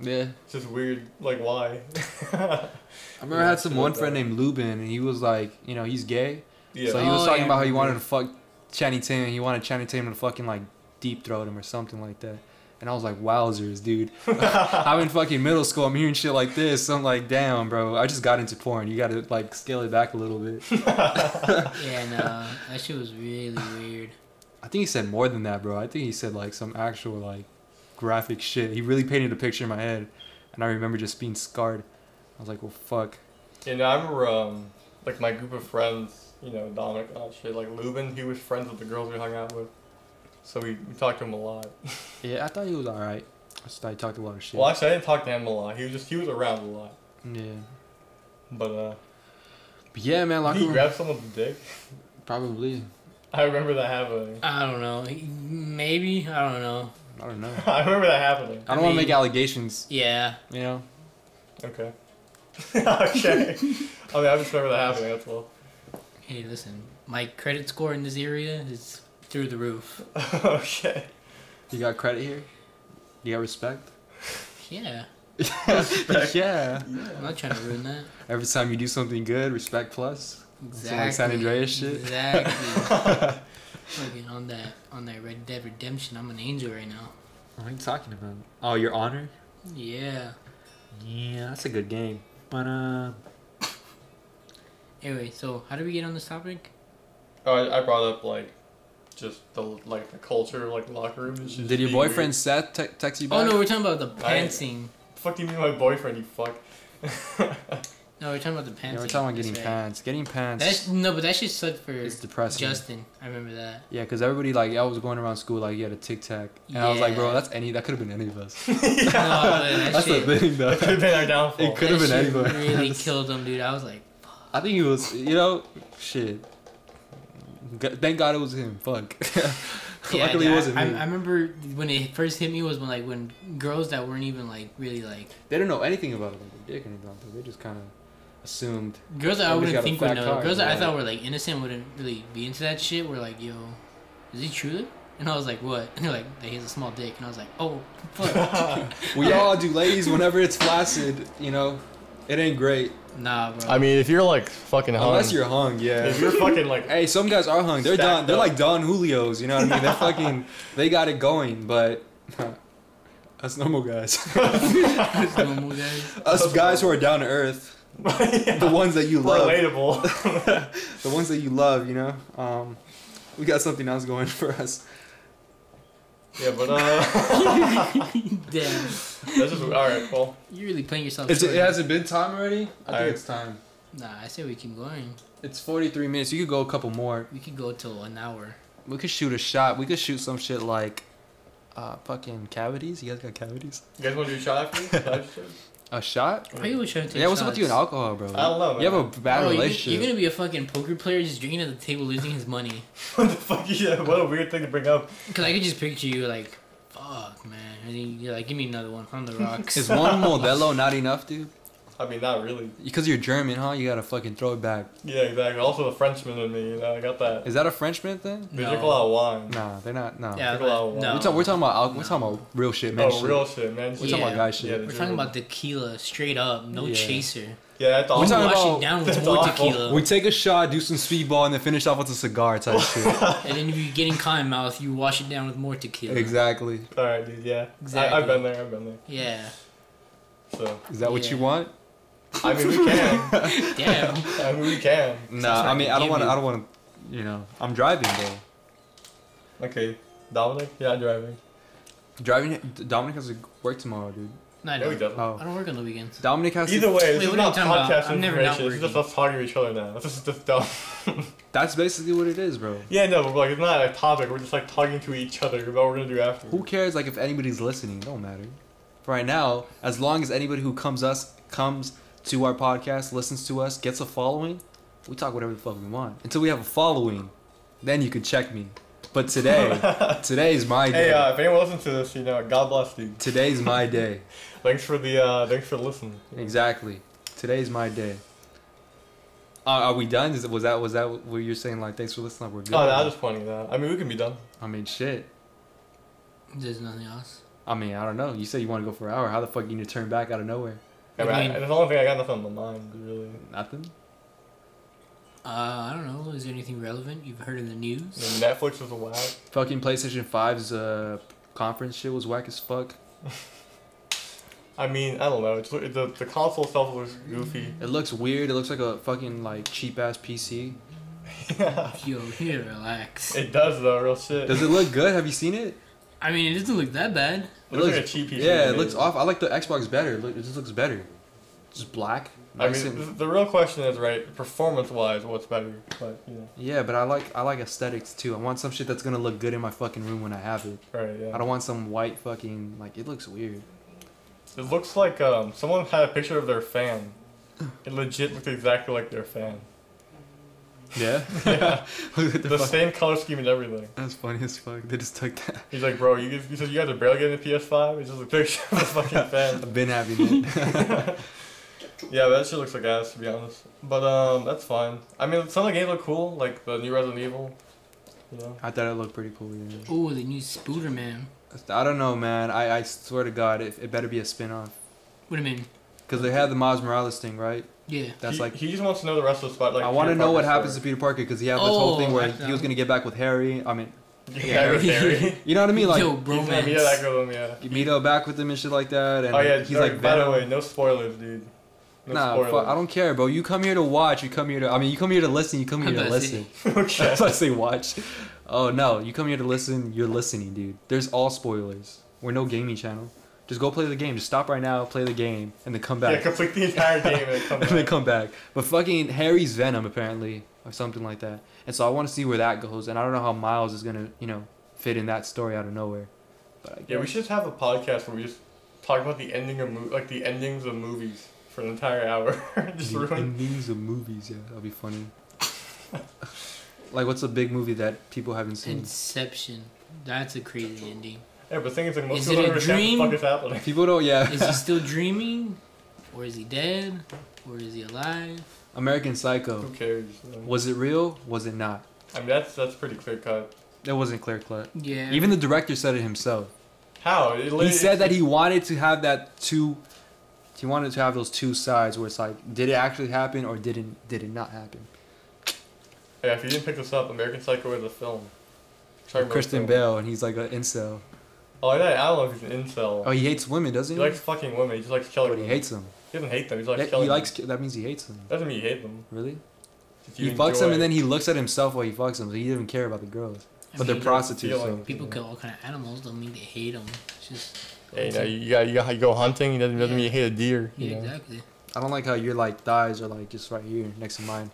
[SPEAKER 1] Yeah.
[SPEAKER 3] It's just weird, like why?
[SPEAKER 1] I remember I
[SPEAKER 3] Yeah,
[SPEAKER 1] had some
[SPEAKER 3] shit
[SPEAKER 1] one
[SPEAKER 3] like
[SPEAKER 1] friend
[SPEAKER 3] that.
[SPEAKER 1] named Lubin, and he was like, you know, he's gay.
[SPEAKER 3] yeah.
[SPEAKER 1] So he was
[SPEAKER 2] Oh,
[SPEAKER 1] talking
[SPEAKER 2] yeah,
[SPEAKER 1] about how he
[SPEAKER 2] yeah.
[SPEAKER 1] wanted to fuck Channing Tatum. He wanted Channing Tatum to fucking like deep throat him or something like that. And I was like, wowzers, dude. I'm in fucking middle school. I'm hearing shit like this. I'm like, damn, bro. I just got into porn. You gotta like scale it back a little bit.
[SPEAKER 2] Yeah, no, that shit was really weird.
[SPEAKER 1] I think he said more than that, bro. I think he said like some actual like graphic shit. He really painted a picture in my head, and I remember just being scarred. I was like, well, fuck.
[SPEAKER 3] And I remember, um, like my group of friends, you know, Dominic and all that shit, like Lubin, he was friends with the girls we hung out with. So we, we talked to him a lot.
[SPEAKER 1] Yeah, I thought he was alright. I just thought he talked a lot of shit.
[SPEAKER 3] Well, actually, I didn't talk to him a lot. He was just, he was around a lot.
[SPEAKER 1] Yeah.
[SPEAKER 3] But, uh,
[SPEAKER 1] But yeah, man,
[SPEAKER 3] did
[SPEAKER 1] locker
[SPEAKER 3] he
[SPEAKER 1] room.
[SPEAKER 3] grab someone's dick?
[SPEAKER 1] Probably.
[SPEAKER 3] I remember that happening.
[SPEAKER 2] I don't know. He- Maybe I don't know.
[SPEAKER 1] I don't know.
[SPEAKER 3] I remember that happening.
[SPEAKER 1] I
[SPEAKER 2] I
[SPEAKER 1] don't want to
[SPEAKER 2] mean-
[SPEAKER 1] make allegations,
[SPEAKER 2] Yeah,
[SPEAKER 1] you know?
[SPEAKER 3] Okay. okay. I mean, I just remember that happening, that's all.
[SPEAKER 2] Hey, listen, my credit score in this area is through the roof.
[SPEAKER 3] okay.
[SPEAKER 1] You got credit here? You got respect?
[SPEAKER 2] Yeah,
[SPEAKER 1] yeah.
[SPEAKER 2] I'm not trying to ruin that.
[SPEAKER 1] Every time you do something good, respect plus.
[SPEAKER 2] Exactly.
[SPEAKER 1] Some like San Andreas shit.
[SPEAKER 2] Exactly. Fucking on that on that Red Dead Redemption, I'm an angel right now.
[SPEAKER 1] What are you talking about? Oh, your honor?
[SPEAKER 2] Yeah.
[SPEAKER 1] Yeah, that's a good game. But, uh,
[SPEAKER 2] Anyway, so how did we get on this topic?
[SPEAKER 3] Oh, I, I brought up, like, just the, like, the culture, like, locker room. and shit
[SPEAKER 1] did your
[SPEAKER 3] being
[SPEAKER 1] boyfriend
[SPEAKER 3] weird.
[SPEAKER 1] Seth te- text you
[SPEAKER 2] Oh
[SPEAKER 1] back?
[SPEAKER 2] no, we're talking about the
[SPEAKER 3] I-
[SPEAKER 2] pantsing.
[SPEAKER 3] Fuck do you mean my boyfriend, you fuck?
[SPEAKER 2] No, we're talking about the pantsing.
[SPEAKER 1] Yeah, we're talking about
[SPEAKER 2] That's
[SPEAKER 1] getting
[SPEAKER 2] right.
[SPEAKER 1] pants. Getting pants.
[SPEAKER 2] That's no, but that shit sucked for
[SPEAKER 1] it's depressing.
[SPEAKER 2] Justin. I remember that.
[SPEAKER 1] yeah, because everybody, like, I was going around school, like, you had a tic tac. And I was like, bro,
[SPEAKER 2] Yeah.
[SPEAKER 1] that's any, that could have been any of us.
[SPEAKER 2] No, but Oh, that
[SPEAKER 1] that's
[SPEAKER 2] shit,
[SPEAKER 1] the thing,
[SPEAKER 3] That could
[SPEAKER 1] though.
[SPEAKER 3] have been our downfall.
[SPEAKER 1] It could have
[SPEAKER 2] that
[SPEAKER 1] been
[SPEAKER 2] shit
[SPEAKER 1] anybody.
[SPEAKER 2] Really killed him, dude. I was like,
[SPEAKER 1] I think it was, you know, shit. G- thank God it was him. Fuck.
[SPEAKER 2] Yeah,
[SPEAKER 1] Luckily
[SPEAKER 2] dude,
[SPEAKER 1] it
[SPEAKER 2] I-
[SPEAKER 1] wasn't
[SPEAKER 2] I,
[SPEAKER 1] me.
[SPEAKER 2] I remember when it first hit me was when like when girls that weren't even like really like
[SPEAKER 1] They don't know anything about it, like their dick or anything. Like that. They just kind of assumed.
[SPEAKER 2] girls that I
[SPEAKER 1] Everybody's got
[SPEAKER 2] wouldn't
[SPEAKER 1] a
[SPEAKER 2] think would
[SPEAKER 1] fat
[SPEAKER 2] know.
[SPEAKER 1] cock,
[SPEAKER 2] Girls that I
[SPEAKER 1] right?
[SPEAKER 2] thought were like innocent wouldn't really be into that shit. Were like, yo, is he true? And I was like, what? And they're like, that he has a small dick. And I was like, oh, fuck.
[SPEAKER 1] We all do, ladies. Whenever it's flaccid, you know, it ain't great
[SPEAKER 2] nah, bro.
[SPEAKER 3] I mean, if you're like fucking hung,
[SPEAKER 1] unless you're hung.
[SPEAKER 3] if
[SPEAKER 1] Yeah.
[SPEAKER 3] you're fucking like,
[SPEAKER 1] hey, some guys are hung. They're Don.
[SPEAKER 3] Stacked
[SPEAKER 1] They're
[SPEAKER 3] up.
[SPEAKER 1] like Don Julio's. You know what I mean? They're fucking. They got it going, but. Us normal guys.
[SPEAKER 2] Just normal guys.
[SPEAKER 1] Us guys who are down to earth.
[SPEAKER 3] yeah,
[SPEAKER 1] The ones that you love.
[SPEAKER 3] relatable.
[SPEAKER 1] The ones that you love, you know? Um, we got something else going for us.
[SPEAKER 3] yeah, but uh,
[SPEAKER 2] Damn,
[SPEAKER 3] that's just all right. Well,
[SPEAKER 2] you're really playing yourself.
[SPEAKER 1] Is it,
[SPEAKER 2] short.
[SPEAKER 1] it has it been time already? I think
[SPEAKER 3] I-
[SPEAKER 1] it's time.
[SPEAKER 2] nah, I say we keep going.
[SPEAKER 1] It's 43 minutes. You could go a couple more.
[SPEAKER 2] We could go till an hour.
[SPEAKER 1] We could shoot a shot. We could shoot some shit like uh fucking cavities. You guys got cavities?
[SPEAKER 3] you guys want to do a shot after? this? Live shit?
[SPEAKER 1] A shot?
[SPEAKER 2] Why you always trying to take
[SPEAKER 1] yeah, what's up with you and
[SPEAKER 2] shots?
[SPEAKER 1] alcohol, bro?
[SPEAKER 3] I don't know, man.
[SPEAKER 1] You have a bad
[SPEAKER 2] Bro, you-
[SPEAKER 1] relationship.
[SPEAKER 2] You're gonna be a fucking poker player just drinking at the table, losing his money.
[SPEAKER 3] what the fuck? is that? what a weird thing to bring up.
[SPEAKER 2] Cause I could just picture you like, fuck, man. And then you're like, give me another one on the rocks.
[SPEAKER 1] Is one Modelo not enough, dude?
[SPEAKER 3] I mean, not really.
[SPEAKER 1] Because you're German, huh? You gotta fucking throw it back.
[SPEAKER 3] Yeah, exactly. Also, the Frenchman in me, you know, I got that.
[SPEAKER 1] Is that a Frenchman thing?
[SPEAKER 3] They drink a lot of wine.
[SPEAKER 1] Nah, they're not. Nah.
[SPEAKER 2] yeah,
[SPEAKER 3] Drink a
[SPEAKER 2] but-
[SPEAKER 3] lot of wine.
[SPEAKER 2] no.
[SPEAKER 1] We're, ta- we're talking about al- we're
[SPEAKER 2] No.
[SPEAKER 1] talking about real shit, man.
[SPEAKER 3] oh,
[SPEAKER 1] shit.
[SPEAKER 3] real shit,
[SPEAKER 1] We're
[SPEAKER 3] man. Yeah,
[SPEAKER 1] talking about
[SPEAKER 2] Yeah.
[SPEAKER 1] guy
[SPEAKER 3] Yeah,
[SPEAKER 1] shit.
[SPEAKER 3] the-
[SPEAKER 2] We're talking about tequila straight up, no
[SPEAKER 1] Yeah.
[SPEAKER 2] chaser.
[SPEAKER 3] yeah that's
[SPEAKER 1] We're
[SPEAKER 2] We're
[SPEAKER 1] talking
[SPEAKER 3] all.
[SPEAKER 2] talking wash
[SPEAKER 1] about-
[SPEAKER 2] it down with
[SPEAKER 3] That's
[SPEAKER 2] more
[SPEAKER 3] awful.
[SPEAKER 2] tequila,
[SPEAKER 1] We take a shot, do some speedball, and then finish off with a cigar type shit.
[SPEAKER 2] and then if you get in kind mouth, you wash it down with more tequila.
[SPEAKER 1] exactly.
[SPEAKER 3] All right, dude. Yeah, I,
[SPEAKER 2] Exactly.
[SPEAKER 3] I've been there. I've been there.
[SPEAKER 2] Yeah.
[SPEAKER 3] So,
[SPEAKER 1] Is that what you
[SPEAKER 2] Yeah.
[SPEAKER 1] want?
[SPEAKER 3] I mean, we can.
[SPEAKER 2] Damn.
[SPEAKER 3] I mean, we can.
[SPEAKER 1] Nah,
[SPEAKER 2] what
[SPEAKER 1] I
[SPEAKER 2] I
[SPEAKER 1] mean,
[SPEAKER 2] can
[SPEAKER 1] I don't
[SPEAKER 2] give
[SPEAKER 1] want to.
[SPEAKER 2] you.
[SPEAKER 1] I don't want to. You know, I'm driving though.
[SPEAKER 3] Okay, Dominic. Yeah, I'm driving.
[SPEAKER 1] Driving. Dominic has to work tomorrow, dude.
[SPEAKER 2] No, I
[SPEAKER 3] No, he
[SPEAKER 2] don't.
[SPEAKER 3] doesn't.
[SPEAKER 1] Oh,
[SPEAKER 2] I don't work on the weekends.
[SPEAKER 1] Dominic has.
[SPEAKER 3] Either
[SPEAKER 1] to,
[SPEAKER 3] way, this
[SPEAKER 2] Wait,
[SPEAKER 3] is
[SPEAKER 2] what are you
[SPEAKER 3] not
[SPEAKER 2] talking about?
[SPEAKER 3] podcast
[SPEAKER 2] I'm never not
[SPEAKER 3] information. This is just us talking to each other now. This is just dumb.
[SPEAKER 1] That's basically what it is, bro.
[SPEAKER 3] yeah, no, but like it's not a topic. We're just like talking to each other about what we're gonna do after.
[SPEAKER 1] Who cares? Like, if anybody's listening, it don't matter. For right now, as long as anybody who comes us comes to our podcast, listens to us, gets a following, we talk whatever the fuck we want until we have a following. Then you can check me. But today, today's my day.
[SPEAKER 3] Hey, uh, if anyone listens to this, you know, God bless you.
[SPEAKER 1] today's my day.
[SPEAKER 3] Thanks for the uh, thanks for listening.
[SPEAKER 1] Exactly. Today's my day. Uh, Are, are we done? Is, was that was that what you're saying? Like, thanks for listening. We're good.
[SPEAKER 3] Oh, no, I was just pointing that. out. I mean, we can be done.
[SPEAKER 1] I mean, shit.
[SPEAKER 2] There's nothing else.
[SPEAKER 1] I mean, I don't know. You said you want to go for an hour. How the fuck you need to turn back out of nowhere?
[SPEAKER 3] I mean,
[SPEAKER 2] I
[SPEAKER 3] I,
[SPEAKER 2] mean-
[SPEAKER 3] that's the only thing I got nothing on my mind, really.
[SPEAKER 1] Nothing.
[SPEAKER 2] Uh, I don't know. Is there anything relevant you've heard in the
[SPEAKER 3] I
[SPEAKER 2] news?
[SPEAKER 3] mean, Netflix was a whack.
[SPEAKER 1] Fucking PlayStation 5's uh, conference shit was whack as fuck.
[SPEAKER 3] I mean, I don't know. It's, the, the console itself was goofy.
[SPEAKER 1] It looks weird. It looks like a fucking like cheap ass PC.
[SPEAKER 2] Yo, here, relax.
[SPEAKER 3] It does, though, real shit.
[SPEAKER 1] Does it look good? Have you seen it?
[SPEAKER 2] I mean, it doesn't look that bad.
[SPEAKER 3] It looks like a cheap piece of
[SPEAKER 1] Yeah, it
[SPEAKER 3] meat.
[SPEAKER 1] looks off. I like the Xbox better. Look, it just looks better. Just black.
[SPEAKER 3] I
[SPEAKER 1] Nice
[SPEAKER 3] mean,
[SPEAKER 1] and,
[SPEAKER 3] th- the real question is, right, performance-wise, what's better? But, you know,
[SPEAKER 1] yeah, but I like I like aesthetics too. I want some shit that's gonna look good in my fucking room when I have it.
[SPEAKER 3] right, yeah.
[SPEAKER 1] I don't want some white fucking like it looks weird.
[SPEAKER 3] It looks like um, someone had a picture of their fan. It legit looked exactly like their fan.
[SPEAKER 1] Yeah.
[SPEAKER 3] Yeah.
[SPEAKER 1] Look at
[SPEAKER 3] The,
[SPEAKER 1] the fuck-
[SPEAKER 3] same color scheme and everything.
[SPEAKER 1] That's funny as fuck. They just took that.
[SPEAKER 3] He's like, bro, you, guys- he said you guys are barely getting a PS5. It's just a picture of a fucking fan.
[SPEAKER 1] I've been having it.
[SPEAKER 3] Yeah, but that shit looks like ass to be honest. But um, that's fine. I mean, some of the games look cool, like the new Resident Evil. You know,
[SPEAKER 1] I thought it looked pretty cool. Yeah.
[SPEAKER 2] Oh, the new Spooder Man.
[SPEAKER 1] I don't know, man. I, I swear to God, it, it better be a spin off.
[SPEAKER 2] What do you mean?
[SPEAKER 1] Because they had the Miles Morales thing, right?
[SPEAKER 2] Yeah.
[SPEAKER 1] That's
[SPEAKER 3] he,
[SPEAKER 1] like.
[SPEAKER 3] he just wants to know the rest of the spot. Like
[SPEAKER 1] I want to
[SPEAKER 3] Peter
[SPEAKER 1] know what
[SPEAKER 3] Parker's
[SPEAKER 1] happens to Peter Parker because he had this whole
[SPEAKER 2] Oh,
[SPEAKER 1] thing where
[SPEAKER 2] I
[SPEAKER 1] he was
[SPEAKER 2] know.
[SPEAKER 1] gonna get back with Harry. I mean,
[SPEAKER 3] story.
[SPEAKER 1] Yeah.
[SPEAKER 3] Yeah, with Harry.
[SPEAKER 1] you know what I mean? Like,
[SPEAKER 2] Yo,
[SPEAKER 3] He's gonna be that
[SPEAKER 2] bromance.
[SPEAKER 3] guy with him, yeah.
[SPEAKER 1] you meet up back with him and shit like that. And
[SPEAKER 3] oh yeah,
[SPEAKER 1] he's
[SPEAKER 3] sorry,
[SPEAKER 1] like,
[SPEAKER 3] by the
[SPEAKER 1] Venom.
[SPEAKER 3] way, no spoilers, dude. No
[SPEAKER 1] nah,
[SPEAKER 3] spoilers.
[SPEAKER 1] fuck, I don't care, bro. You come here to watch. You come here to. I mean, you come here to listen. You come
[SPEAKER 2] I'm
[SPEAKER 1] here to
[SPEAKER 2] about to say.
[SPEAKER 1] listen. That's why I say watch. Oh no, you come here to listen. You're listening, dude. There's all spoilers. We're no gaming channel. Just go play the game. Just stop right now, play the game, and then come
[SPEAKER 3] yeah,
[SPEAKER 1] back.
[SPEAKER 3] complete the entire game and then come
[SPEAKER 1] and then
[SPEAKER 3] back.
[SPEAKER 1] come back. But fucking Harry's Venom apparently, or something like that. And so I want to see where that goes. And I don't know how Miles is gonna, you know, fit in that story out of nowhere. But I
[SPEAKER 3] Yeah, we
[SPEAKER 1] guess-
[SPEAKER 3] should have a podcast where we just talk about the ending of mo- like the endings of movies for an entire hour. just
[SPEAKER 1] the
[SPEAKER 3] ruin.
[SPEAKER 1] endings of movies. Yeah, that'll be funny. like, what's a big movie that people haven't seen?
[SPEAKER 2] Inception. That's a crazy ending.
[SPEAKER 3] Yeah, but things like most
[SPEAKER 2] Is
[SPEAKER 3] people
[SPEAKER 2] it
[SPEAKER 3] don't
[SPEAKER 2] a
[SPEAKER 3] understand what the fuck is happening.
[SPEAKER 1] People don't. Yeah.
[SPEAKER 2] Is he still dreaming? Or is he dead? Or is he alive?
[SPEAKER 1] American Psycho.
[SPEAKER 3] Who cares? you know?
[SPEAKER 1] Was it real? Was it not?
[SPEAKER 3] I mean, that's that's pretty clear cut.
[SPEAKER 1] It wasn't clear cut.
[SPEAKER 2] Yeah.
[SPEAKER 1] Even the director said it himself.
[SPEAKER 3] How it,
[SPEAKER 1] He said that he wanted to have that two. He wanted to have those two sides where it's like, did it actually happen or didn't? Did it not happen?
[SPEAKER 3] Yeah, if you didn't pick this up, American Psycho is a film. Sorry,
[SPEAKER 1] Like Kristen
[SPEAKER 3] film.
[SPEAKER 1] Bell, and he's like an incel.
[SPEAKER 3] Oh, yeah, I don't know if he's an incel.
[SPEAKER 1] Oh, he hates women, doesn't
[SPEAKER 3] he
[SPEAKER 1] he?
[SPEAKER 3] likes fucking women. He just likes killing
[SPEAKER 1] but
[SPEAKER 3] them.
[SPEAKER 1] he hates them.
[SPEAKER 3] He doesn't hate them. He just likes
[SPEAKER 1] That,
[SPEAKER 3] killing
[SPEAKER 1] he likes.
[SPEAKER 3] them.
[SPEAKER 1] That means he hates them.
[SPEAKER 3] Doesn't mean you hate them.
[SPEAKER 1] Really?
[SPEAKER 3] If
[SPEAKER 1] He
[SPEAKER 3] you
[SPEAKER 1] fucks them,
[SPEAKER 3] enjoy-
[SPEAKER 1] and then he looks at himself while he fucks them. So he didn't even care about the girls.
[SPEAKER 2] I
[SPEAKER 1] But
[SPEAKER 2] mean,
[SPEAKER 1] they're prostitutes. So.
[SPEAKER 3] feeling.
[SPEAKER 2] People kill all kind of animals. Don't mean they hate them. It's just.
[SPEAKER 3] Hey, now you got you got you go hunting. It doesn't, doesn't mean you hate a deer.
[SPEAKER 2] Yeah,
[SPEAKER 3] you know?
[SPEAKER 2] exactly.
[SPEAKER 1] I don't like how your like thighs are like just right here next to mine.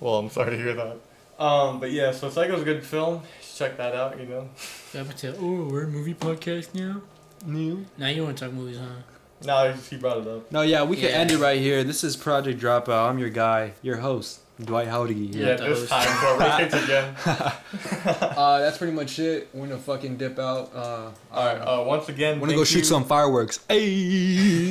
[SPEAKER 3] Well, I'm sorry to hear that. Um, but yeah, so Psycho's a good film. You should Check that out, you know.
[SPEAKER 2] Up until oh, we're a movie podcast now.
[SPEAKER 1] New.
[SPEAKER 2] Now you want to talk movies, huh?
[SPEAKER 3] Now nah, he brought it up.
[SPEAKER 1] No, yeah, we could
[SPEAKER 2] Yeah.
[SPEAKER 1] end it right here. This is Project Dropout. I'm your guy, your host, Dwight Howdy.
[SPEAKER 2] Yeah,
[SPEAKER 3] Yeah,
[SPEAKER 2] that
[SPEAKER 3] this
[SPEAKER 2] was-
[SPEAKER 3] time for kids again.
[SPEAKER 1] Uh, that's pretty much it. We're gonna fucking dip out. Uh,
[SPEAKER 3] All right. Uh, once again,
[SPEAKER 1] Wanna
[SPEAKER 3] thank
[SPEAKER 1] go shoot
[SPEAKER 3] you.
[SPEAKER 1] some fireworks. Hey.